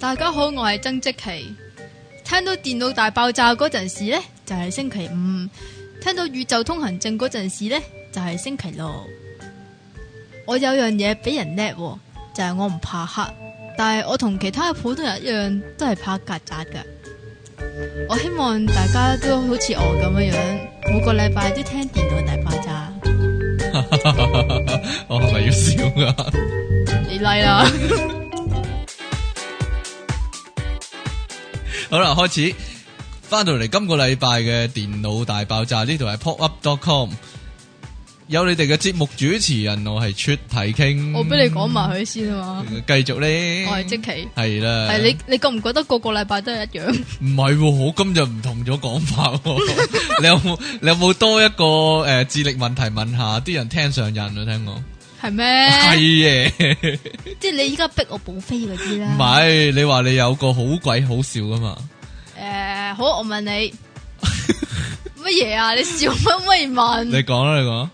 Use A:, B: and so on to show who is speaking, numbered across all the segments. A: 大家好，我係曾積奇。聽到電腦大爆炸嗰陣時呢，就係、星期五；聽到宇宙通行證嗰陣時呢，就係、星期六。我有樣嘢俾人叻喎，就係、我唔怕黑，但係我同其他普通人一樣，都係怕曱甴噶。我希望大家都好似我咁樣樣，每個禮拜都聽電腦大爆炸。
B: 我哦係咪要笑啊噶？
A: 你嚟啦！
B: 好啦，開始翻到嚟今個禮拜嘅電腦大爆炸，呢度係 popup.com，有你哋嘅節目主持人，我係出體傾。
A: 我俾你講埋佢先啊嘛。
B: 佢，繼續咧。
A: 我係積奇。
B: 係啦，
A: 係你，你覺唔覺得個個禮拜都係一樣？
B: 唔係喎，我今日唔同咗講法喎。你 有冇你有冇多一個誒、呃智力問題問下啲人聽上癮啊？聽我
A: 係咩？
B: 係嘅，
A: 即係你依家逼我補飛嗰啲
B: 唔
A: 啦。
B: 係你話你有個好鬼好笑噶嘛？
A: 诶，好，我問 你乜嘢啊？你笑乜乜
B: 你
A: 問？
B: 講啦，你講，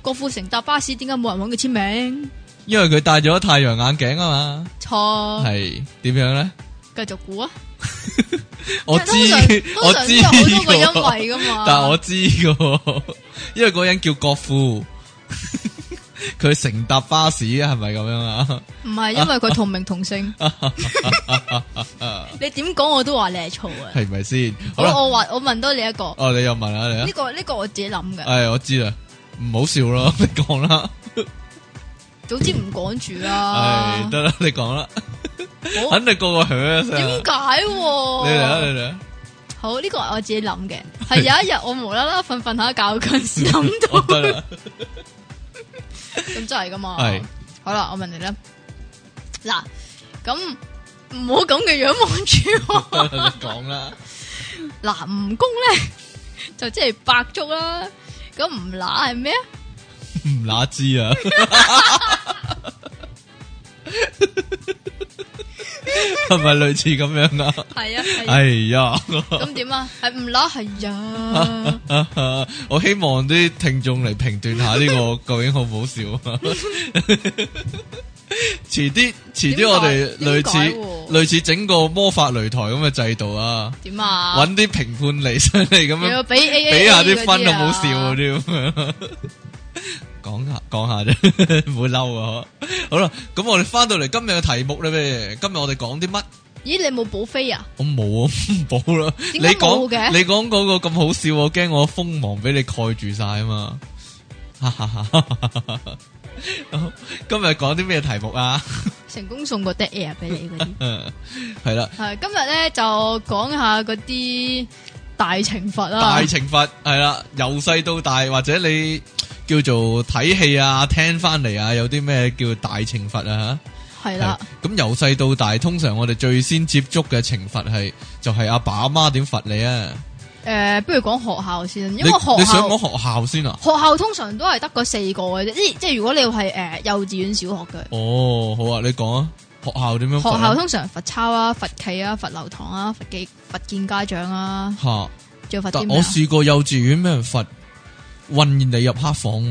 A: 郭富城搭巴士點解冇人搵佢簽名？
B: 因為佢戴咗太陽眼鏡啊嘛，
A: 錯，
B: 係點樣咧？
A: 繼續估啊！
B: 我知
A: 通常
B: 我
A: 通常都
B: 知
A: 有好多個因
B: 個，
A: 為噶啊嘛。
B: 但係我知個，因為嗰人叫郭富， 佢乘搭巴士係咪咁樣啊？
A: 唔係因為佢同名同 姓。你點講我都話你係錯啊！
B: 係咪先？好
A: 我
B: 啦，
A: 我話我問多你一個，
B: 哦，你又問下你啊哎
A: 呢？個呢個我自己諗嘅，
B: 唉，我知啦，唔好笑咯， 你講啦，
A: 早知唔講住
B: 唉
A: 啦，。
B: 哎得啦，你講啦，
A: 啊好
B: 肯定個個響一聲
A: 點
B: 啊。
A: 解
B: 你嚟啊，
A: 喎？
B: 你嚟啊，
A: 好，呢個係我自己 諗嘅，係有一日我無啦啦瞓瞓下覺嗰陣時諗 到。
B: 我哦得啦，
A: 咁真係噶嘛？
B: 係
A: 好啦，我問你啦。嗱，咁唔好咁嘅樣望住 我。
B: 得啦你講啦，
A: 嗱，蜈蚣咧 就即係白粥啦。咁唔乸係咩啊？
B: 唔乸知啊。係咪類似咁樣啊？
A: 係啊，係啊。
B: 哎呀，
A: 咁點啊？係唔乸 係呀？
B: 我希望啲聽眾嚟評斷下呢個究竟好唔好笑啊！遲啲，遲啲我哋
A: 點解
B: 類
A: 點
B: 似
A: 解喎
B: 類似整個魔法擂台咁嘅制度啊，
A: 點啊？
B: 揾啲評判嚟上嚟咁
A: 又
B: 樣
A: 要俾 A A
B: 俾下啲分好唔好笑嗰
A: 啲啊。
B: 啲咁樣。 講下講下啫， 唔會嬲啊！好啦，咁我哋翻到嚟今日嘅題目咧咩？今日我哋講啲乜？
A: 咦，你冇補飛啊？
B: 我冇啊， 唔補啦。
A: 點
B: 你
A: 解冇
B: 講
A: 嘅
B: 你講嗰個咁好笑，我驚我鋒芒俾你蓋住晒啊嘛。 哈哈哈好今日講啲咩題目啊？
A: 成功送個 dead air 俾你嗰啲。
B: 嗯，係啦，
A: 係今日咧就講下嗰啲大懲罰啦
B: 大。懲罰係啦，由細到大，或者你叫做睇戲啊、聽翻嚟啊，有啲咩叫大懲罰啊？
A: 係
B: 吓，
A: 啦
B: 係。咁由細到大，通常我哋最先接觸嘅懲罰係就係阿爸阿媽點罰你啊？
A: 诶、不如講學校先，因
B: 你
A: 為學
B: 你想
A: 校
B: 講學校先啊？
A: 學校通常都係得嗰四個嘅啫，即即係如果你係诶、誒幼稚園、小學嘅，
B: 哦，好啊，你講啊，學校點樣罰
A: 學
B: 啊？
A: 校通常罰抄啊、罰企啊、罰留堂啊、罰記、罰見家長啊，
B: 吓，
A: 仲有罰啲
B: 但
A: 咩
B: 我
A: 啊？
B: 試過幼稚園俾人罰，混你入黑房喎，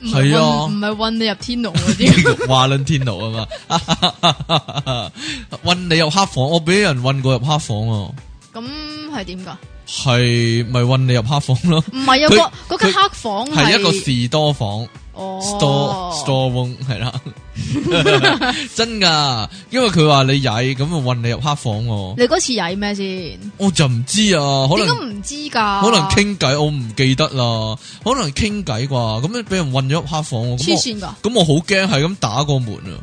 A: 唔係
B: 係啊
A: 運唔係運你入天龍嗰 啲，
B: 華倫天奴啊嘛， 混你入黑房，我俾人混過入黑房啊，
A: 咁嗯係點㗎？
B: 係咪混你入黑房咯？
A: 唔係
B: 佢
A: 啊，嗰嗰間黑房
B: 係一個士多房
A: 哦
B: store store room 係啦， 真噶，因為佢話你曳，咁就混你入黑房喎，
A: 你嗰次曳咩先？
B: 我就唔知啊，可
A: 點解
B: 能。
A: 唔啊知㗎？
B: 可能傾偈，我唔記得啦。可能傾偈啩，咁樣俾人混咗入黑房喎。
A: 黐
B: 咁
A: 線㗎，
B: 我咁我好驚，係咁打個門啊。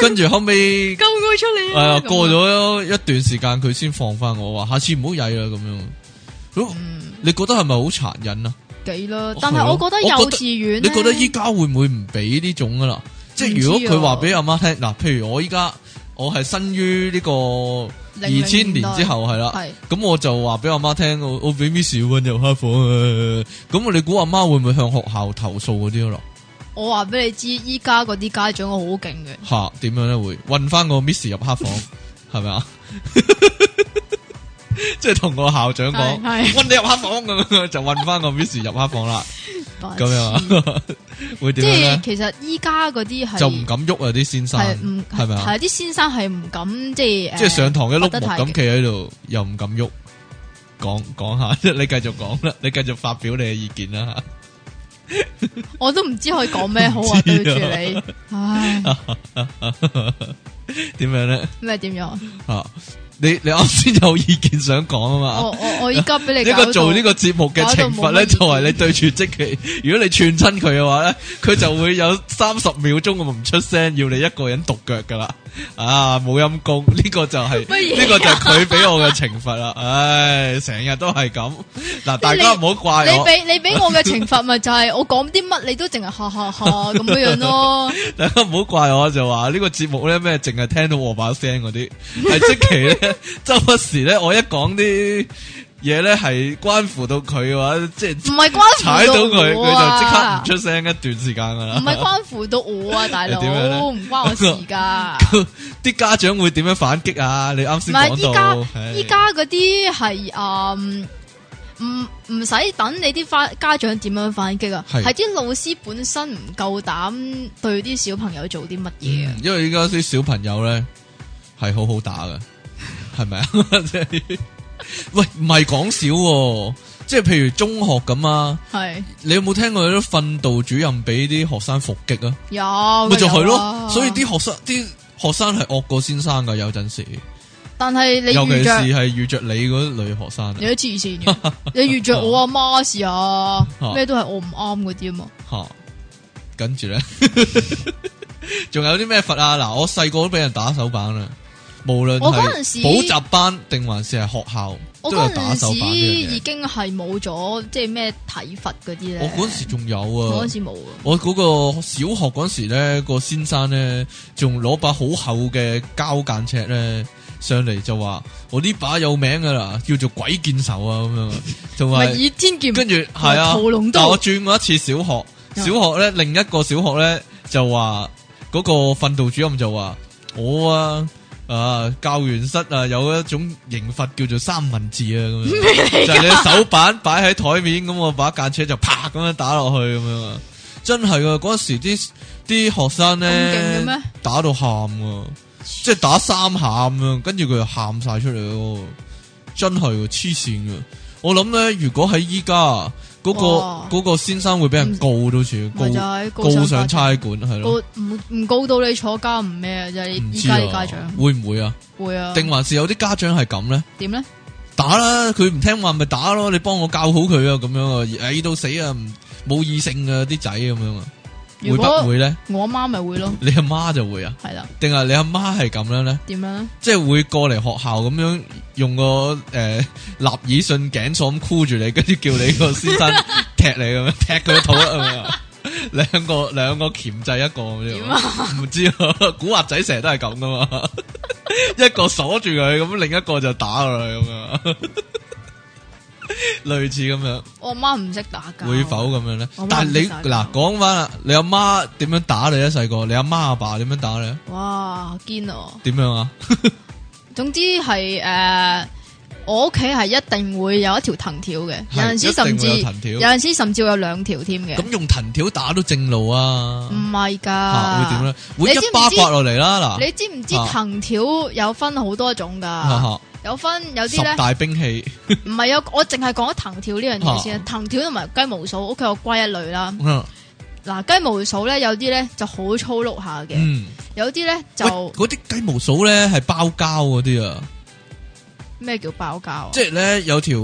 B: 跟住後 尾
A: 救佢出嚟
B: 係
A: 啊！
B: 啊，
A: 咁樣
B: 過，咗一段時間，佢先放翻我話：下次唔好曳啦咁樣。咁
A: 嗯，
B: 你覺得係咪好殘忍啊？
A: 幾咯
B: 係。
A: 但係
B: 咯
A: 我覺得
B: 我覺得
A: 幼稚園
B: 你覺得
A: 呢
B: 依家會唔會唔俾呢種噶啦？即係如
A: 唔
B: 果
A: 知啊
B: 佢話俾阿媽聽嗱，譬如我依家我係生於呢個二千年之後係啦。
A: 係
B: 咁我就話俾阿媽聽，哦我我俾 Miss 温入黑房啊！咁我你估阿媽會唔會向學校投訴嗰啲咯？
A: 我話俾你知，依家嗰啲家長我好勁嘅，
B: 吓點樣咧會運翻個 Miss 入黑房係咪啊？ 即係同個校長講，
A: 係係
B: 運你入黑房咁樣就運翻個 Miss 入黑房啦，咁樣
A: 白痴
B: 啊？会
A: 即
B: 点樣
A: 系
B: 咧？
A: 其实依家嗰啲系
B: 就唔敢喐啊！啲先生
A: 系唔
B: 係咪啊？
A: 系啲先生系唔敢即系
B: 即系上堂一碌木
A: 得太
B: 咁
A: 極
B: 企喺度，又唔敢喐。讲讲下， 你继续讲啦，你继续发表你嘅意见啦。
A: 我都唔知可以讲咩好
B: 唔
A: 啊，
B: 知啊
A: 对住你，唉，
B: 点样咧？
A: 咩点样啊？
B: 啊，你你啱先有意见想讲啊嘛？
A: 我我我依家俾你
B: 呢
A: 搞
B: 个
A: 到
B: 做呢个节目嘅惩罚咧，就
A: 搞到冇
B: 系
A: 乜
B: 你对住即期，如果你串亲佢嘅话咧，佢就会有三十秒钟我唔出声，要你一个人独脚噶啦。啊，冇阴功，呢、個个就系、
A: 乜嘢啊
B: 呢个就係佢俾我嘅惩罚啦。唉，成日都系咁。嗱，大家唔好怪
A: 你
B: 我，
A: 俾你俾我嘅惩罚咪就系我讲啲乜你都净系哈哈哈咁样样咯，
B: 大家唔好怪我，就话呢个节目咧咩，净系听到我把声嗰啲，系即期咧， 周不时咧，我一讲啲嘢咧系关乎到佢嘅话，即系。
A: 唔系关乎
B: 踩到佢，
A: 我啊
B: 佢就即刻唔出聲一段時間噶
A: 唔
B: 啦。
A: 系 关乎到我啊，大佬
B: 你點樣呢
A: 唔关我事 噶。
B: 啲家長會點樣反擊啊？你啱
A: 唔
B: 先
A: 係
B: 講
A: 依家
B: 到，唉
A: 依家嗰啲係誒唔唔使等你啲翻家長點樣反擊啊，
B: 係
A: 係啲老師本身唔夠膽對啲小朋友做啲乜嘢啊
B: 嗯，因為依家啲小朋友咧係好好打噶，係咪啊？ 即係喂，唔係講笑喎，即係譬如中學咁啊，
A: 係
B: 你有冇聽過有啲訓導主任俾啲學生伏擊啊？
A: 哦有啊
B: 咪就係
A: 係
B: 咯，所以啲學生啲學生係惡過先生噶，有陣時，
A: 但係你
B: 尤其
A: 遇
B: 是
A: 着
B: 係遇着你嗰類學生啊
A: 你都黐線嘅，你遇
B: 哦
A: 着我阿媽事啊，咩都係我唔啱嗰啲啊嘛，
B: 吓，跟住咧， 仲有啲咩罰啊？嗱，我細個都俾人打手板啦，無論
A: 我嗰陣時
B: 係補習班定還是係學校，
A: 我
B: 都有
A: 嗰
B: 打
A: 陣
B: 手
A: 時
B: 板呢
A: 已
B: 樣嘢。
A: 經係冇咗即係咩體罰嗰啲咧，
B: 我嗰陣時仲有
A: 我
B: 啊
A: 嗰陣，時冇啊，
B: 我嗰個小學嗰陣時咧，個先生咧仲攞把好厚嘅膠間尺咧。上嚟就話我呢把有名噶啦，叫做鬼劍手啊咁樣，就話
A: 咪以天劍
B: 跟住
A: 同
B: 係
A: 埋
B: 啊，
A: 屠龍
B: 但
A: 刀
B: 我。轉過一次小學，
A: 嗯
B: 小學咧另一個小學咧就話嗰、個訓導主任就話我啊啊教員室啊有一種刑罰叫做三文治啊 咁樣，就係你手板擺喺台面咁，我把間尺就啪咁樣打落去咁樣啊，真係噶嗰時啲啲學生
A: 咁勁嘅
B: 咧
A: 咩
B: 打到喊啊！即係打三下咁樣，跟住佢就喊晒出嚟咯，真係喎黐線噶。我諗咧，如果喺依家嗰
A: 哇嗯
B: 個嗰個先生會俾人告到似，
A: 咪就係
B: 告
A: 啊告
B: 告上
A: 上
B: 差館係
A: 告
B: 咯，
A: 唔唔告到你坐監唔咩啊？就係
B: 唔
A: 你依
B: 知
A: 家啲
B: 啊
A: 家長，
B: 會唔會啊？
A: 會啊，
B: 定還是有啲家長係咁咧？
A: 點咧？
B: 打啦，佢唔聽話咪打咯，你幫我教好佢啊，咁樣啊，矮到死啊，唔冇異性啊，啲仔咁樣啊，會
A: 如果
B: 不會咧？
A: 我阿媽咪會咯，
B: 你阿媽就會啊，
A: 係啦，
B: 定係你阿媽係咁樣咧？
A: 點樣咧？
B: 即系会过嚟學校咁樣用個诶、呃、立耳信頸鎖咁箍住你，跟住叫你個先生踢你咁樣，踢佢個肚啦咁樣，兩 個兩個钳制一個咁
A: 點
B: 樣，唔知啊，古惑仔成日都係咁噶嘛， 一個鎖住佢，咁另一個就打佢咁樣， 類似咁樣。
A: 我阿媽唔識打交，
B: 會否咁樣咧
A: 我媽？
B: 但係
A: 唔啊
B: 你
A: 識打
B: 嗱
A: 交
B: 講翻啦，你阿媽點樣打你啊咧？細個你阿媽阿爸點樣打你咧？
A: 哇堅哦！
B: 點樣啊？
A: 總之係诶，我屋企係一定會有一條藤條嘅，有
B: 係
A: 陣時甚至
B: 一定會有藤條
A: 有陣時甚至會有兩條添嘅，
B: 咁用藤條打都正路啊！
A: 唔係
B: 吓会点
A: 㗎。
B: 咧？会
A: 你知
B: 一
A: 唔
B: 巴
A: 知
B: 刮落嚟啦！嗱，
A: 你知唔知
B: 啊
A: 藤條有分好多種
B: 哈
A: 㗎？
B: 哈
A: 有分有啲咧
B: 啊十。大兵器
A: 唔係啊，我淨係講藤條呢樣嘢先
B: 啊
A: 啊。藤條同埋雞毛掃，屋企有歸一類啦。
B: 嗯
A: 嗱，雞毛掃咧有啲咧就好粗碌下嘅，
B: 嗯，
A: 有啲咧
B: 喂
A: 就哦
B: 嗰啲雞毛掃咧係包膠嗰啲啊，
A: 咩叫爆膠啊？
B: 即係咧有條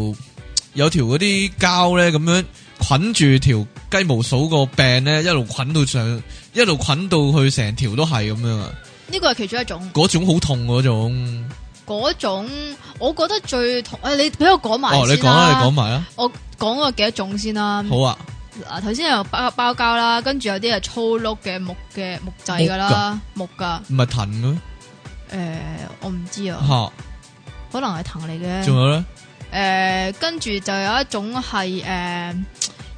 B: 有條嗰啲膠咧咁樣捆住條雞毛掃個柄咧，一路捆到上，一路捆到去成條都係咁樣啊！
A: 呢個係其中一種。
B: 嗰種好痛嗰種。
A: 嗰種我覺得最同誒，啊你俾嗯我講埋
B: 哦，你
A: 先
B: 講啦，你
A: 啦
B: 講。埋啦，
A: 我講過幾多種先啦。
B: 好啊，
A: 嗱，頭先有包包膠啦，跟住有啲係粗碌嘅木嘅木製噶啦，木㗎。
B: 唔係藤嘅咩
A: 誒，我唔知啊，
B: 吓，
A: 可能係藤嚟
B: 仲
A: 嘅。
B: 有咧
A: 誒，跟住就有一種係誒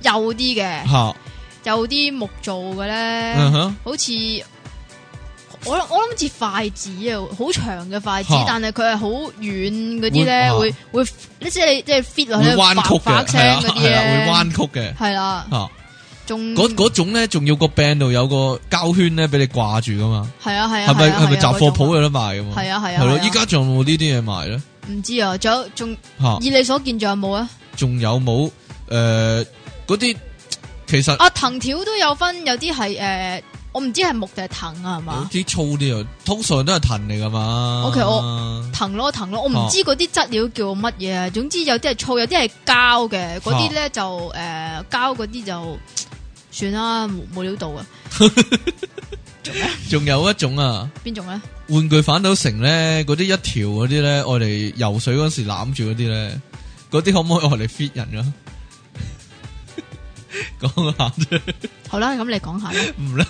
A: 幼啲嘅。
B: 吓，
A: 有啲木做嘅咧，
B: 嗯哼，
A: 好似我諗我谂似筷子啊，好長嘅筷子
B: 嚇，
A: 但係佢係好軟嗰
B: 會
A: 啲咧，
B: 啊
A: 會會即係你即係 fit 落
B: 會
A: 去
B: 彎曲
A: 發發
B: 嘅，
A: 聲
B: 係啊，
A: 嗰啲
B: 係啊，會
A: 咧，嗯
B: 彎曲嘅，
A: 係啦。
B: 吓，
A: 仲
B: 嗰嗰种咧，仲要个 band 度有个胶圈咧，俾你挂住噶嘛？
A: 系啊系啊，
B: 系咪
A: 係啊
B: 系咪
A: 係啊
B: 杂货铺
A: 嗰
B: 有得卖噶
A: 種
B: 嘛？
A: 啊？系啊系啊，
B: 係咯，
A: 係啊
B: 依家仲有冇呢啲嘢卖咧？
A: 唔知啊，仲有仲
B: 吓，
A: 以你所見仲有冇啊？
B: 仲有冇诶嗰啲？其实
A: 啊藤條都有分，有啲係诶，我唔知係木定係藤啊，係
B: 有
A: 嘛？
B: 啲粗啲啊，通常都系藤嚟噶嘛。
A: OK，我藤咯藤咯，我唔
B: 啊
A: 知嗰啲質料叫乜嘢啊。總之有啲係粗，有啲係膠嘅，嗰啲咧就诶膠嗰啲就算啦，冇冇料到啊。
B: 仲有一种啊，
A: 邊種咧？
B: 玩具反斗城咧，嗰啲一条嗰啲咧，我哋游水嗰时揽住嗰啲咧，嗰啲可唔可以我嚟 fit 人啊？ 讲下啫，
A: 好啦，咁你講下 啦。
B: 唔啦。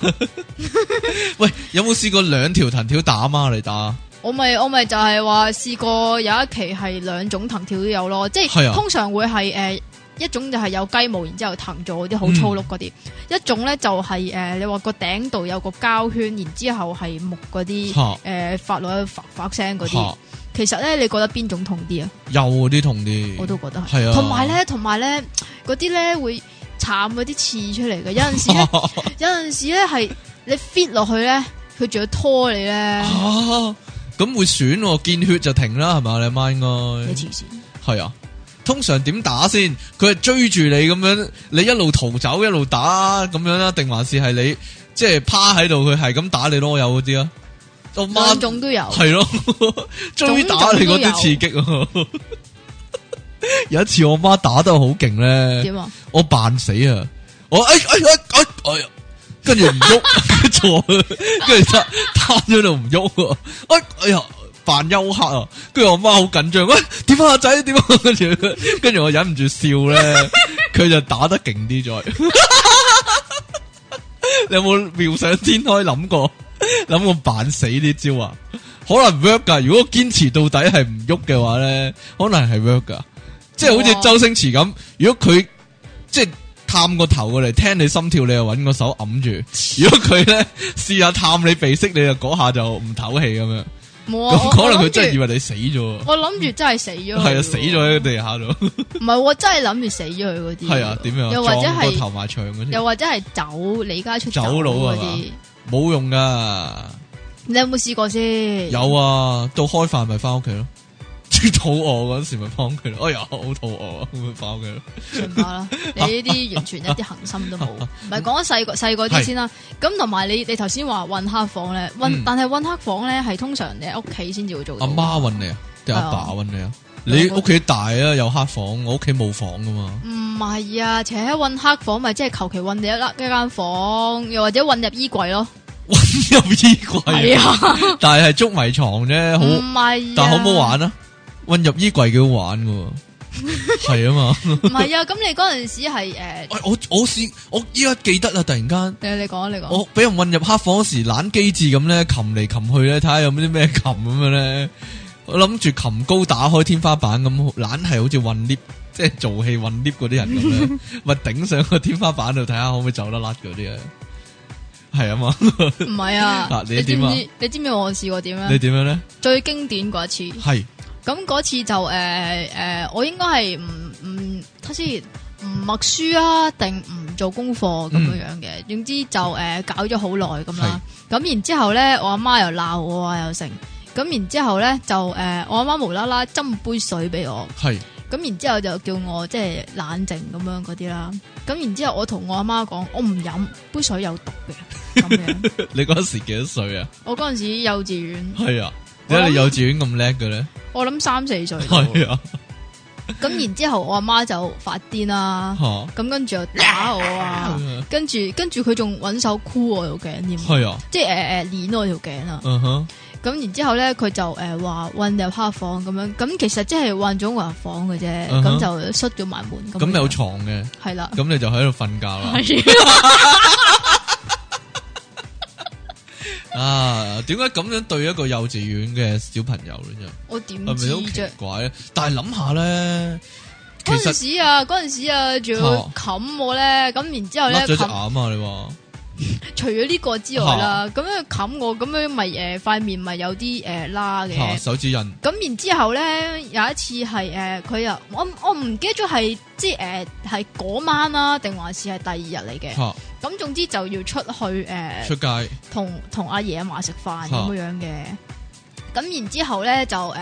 B: 喂，有冇试过两条藤条打孖嚟打？
A: 我咪我咪就係話試過有一期係兩種藤條都有咯，即
B: 係
A: 係
B: 啊
A: 通常會係诶、呃一種就係有雞毛，然之后藤咗嗰啲好粗碌嗰啲；一種咧就係呃你話個頂度有個膠圈，然之后系木嗰啲
B: 吓
A: 诶發落去發發聲嗰啲
B: 吓。，
A: 其實咧，你覺得邊種痛啲啊？
B: 幼嗰啲痛啲。
A: 我都覺得係。
B: 係啊
A: 同埋咧，同埋咧，嗰啲咧會慘嗰啲刺出嚟嘅。有陣時 咧，有陣時咧係你 fit 落去咧，佢仲要拖你咧，
B: 啊， 咁会损喎，见血就停啦，系咪？你阿妈应
A: 你
B: 该
A: 黐線。
B: 系啊。通常点打先？佢系追住你咁样，你一路逃走一路打咁样啦，定还是系你即系趴喺度，佢系咁打你啰柚嗰啲啊？我妈
A: 兩種都有。
B: 系咯， 追打你嗰啲刺激啊！ 有一次我妈打得我好劲咧，
A: 點啊？
B: 我扮死啊！我哎哎哎哎哎呀，跟住唔喐， 坐，跟住摊摊咗度唔喐啊！哎哎呀，扮休克啊！跟住我妈好紧张，喂点啊仔点啊？ 跟住跟住我忍唔住笑咧，佢就打得劲啲再。 你有冇妙想天开谂过谂我扮死呢招啊？可能 work 噶，如果坚持到底系唔喐嘅话咧，可能系 work 噶，即系好似
A: 哇
B: 周星驰咁，如果佢即系探个头过嚟听你心跳，你就揾个手揞住；如果佢咧试下探你鼻息，你就嗰下就唔唞氣咁样，
A: 冇啊！
B: 咁
A: 我
B: 可能佢
A: 我諗住
B: 真系以為你死咗，
A: 我諗住真係死咗佢喎。
B: 係啊死咗喺地下度，
A: 唔係我真係諗住死咗佢嗰啲。
B: 係啊點樣
A: 嗯又或者
B: 撞個
A: 係
B: 頭埋牆嗰啲，
A: 又或者係走李家出
B: 走佬啊
A: 嗰
B: 係嘛
A: 啲，
B: 冇用噶。
A: 你有冇試過先？
B: 有啊，到開飯咪翻屋企咯。 最肚餓嗰時咪翻屋企咯。哎呀，好肚餓，咁咪翻屋企咯。
A: 明白啦，你呢啲完全一啲恒心都冇。唔係講細個細個啲
B: 係
A: 先啦。咁同埋你你頭先話混黑房咧，混
B: 嗯
A: 但係混黑房咧係通常你喺屋企先至會做到。
B: 阿媽揾你啊，定阿爸揾你啊？你
A: 兩個
B: 屋企大啊，有黑房，我屋企冇房噶嘛。
A: 唔係啊，且混黑房咪即係求其混你一粒一間房，又或者混入衣櫃咯。
B: 揾入衣櫃
A: 係
B: 啊，
A: 啊，
B: 但係係捉迷藏啫，
A: 唔
B: 好，
A: 係啊。
B: 但好唔好玩啊？混入衣櫃幾好玩噶喎， 係啊嘛。
A: 唔 係啊，咁你嗰陣時係誒，
B: 喂，我我試，我依家記得啦，突然間。
A: 你你講你講，
B: 我俾人混入黑房嗰時，懶機智咁咧，擒嚟擒去咧，睇下有冇啲咩擒咁樣咧。我諗住擒高打開天花板咁，懶係好似混 lift，即係做戲混 lift 嗰啲人咁咧，咪頂上個天花板度睇下可唔可以走得甩嗰啲啊？係啊嘛，
A: 唔係啊
B: 嗱，你
A: 知唔
B: 點
A: 知？你知唔知我試過點
B: 你
A: 咧？
B: 點樣咧？
A: 最經典嗰一次，
B: 係
A: 咁嗰次就誒誒，我應該係唔唔睇先。唔默書啊，定唔做功課咁樣樣嘅，總之就誒、搞咗好耐咁啦。咁然之後咧，我阿媽又鬧我啊，又成。咁然之後咧就誒、我阿媽無啦啦斟杯水俾我。
B: 係
A: 咁然之後就叫我即係冷靜咁樣嗰啲啦。咁然之後我同我阿媽講，我唔飲杯水有毒嘅咁樣。
B: 你嗰時幾多歲啊？
A: 我嗰陣時幼稚園，
B: 係啊，點解你
A: 我
B: 幼稚園咁叻嘅咧？
A: 我諗三四歲。咁
B: 係啊，
A: 然之後我阿媽就發癲啦，
B: 吓
A: 咁跟住就打我啊，跟住跟住佢仲揾手箍我條頸添，
B: 係啊，
A: 即係誒誒攣我條頸啊。
B: 嗯哼，
A: 咁然之後咧，佢就誒話混入黑房咁樣，咁其實即係混咗我入房嘅啫，咁
B: 嗯哼
A: 就摔咗埋門咁樣。
B: 咁有床嘅，
A: 係 啦，
B: 咁你就喺度瞓覺啦。啊，點解咁樣對一個幼稚園嘅小朋友咧？
A: 我點
B: 係
A: 知
B: 咪好
A: 啫
B: 奇？怪咧？但係諗下咧，其
A: 嗰阵
B: 實
A: 时啊，嗰阵时啊，仲要
B: 哦
A: 哦冚我咧，咁然之后
B: 甩
A: 咧
B: 咗隻
A: 冚
B: 眼啊！你話
A: 除咗呢個之外啦，咁樣冚我，咁樣咪誒塊面咪有啲誒拉嘅。
B: 吓手指印，
A: 咁然之後咧，有一次係誒佢又我我唔記得咗係即係誒呃係嗰晚啦，定還是係第二日嚟嘅。
B: 吓
A: 咁總之就要出去
B: 出
A: 誒，
B: 街，
A: 同同阿爺阿嫲食飯
B: 嚇
A: 咁樣嘅。咁然之後咧就誒，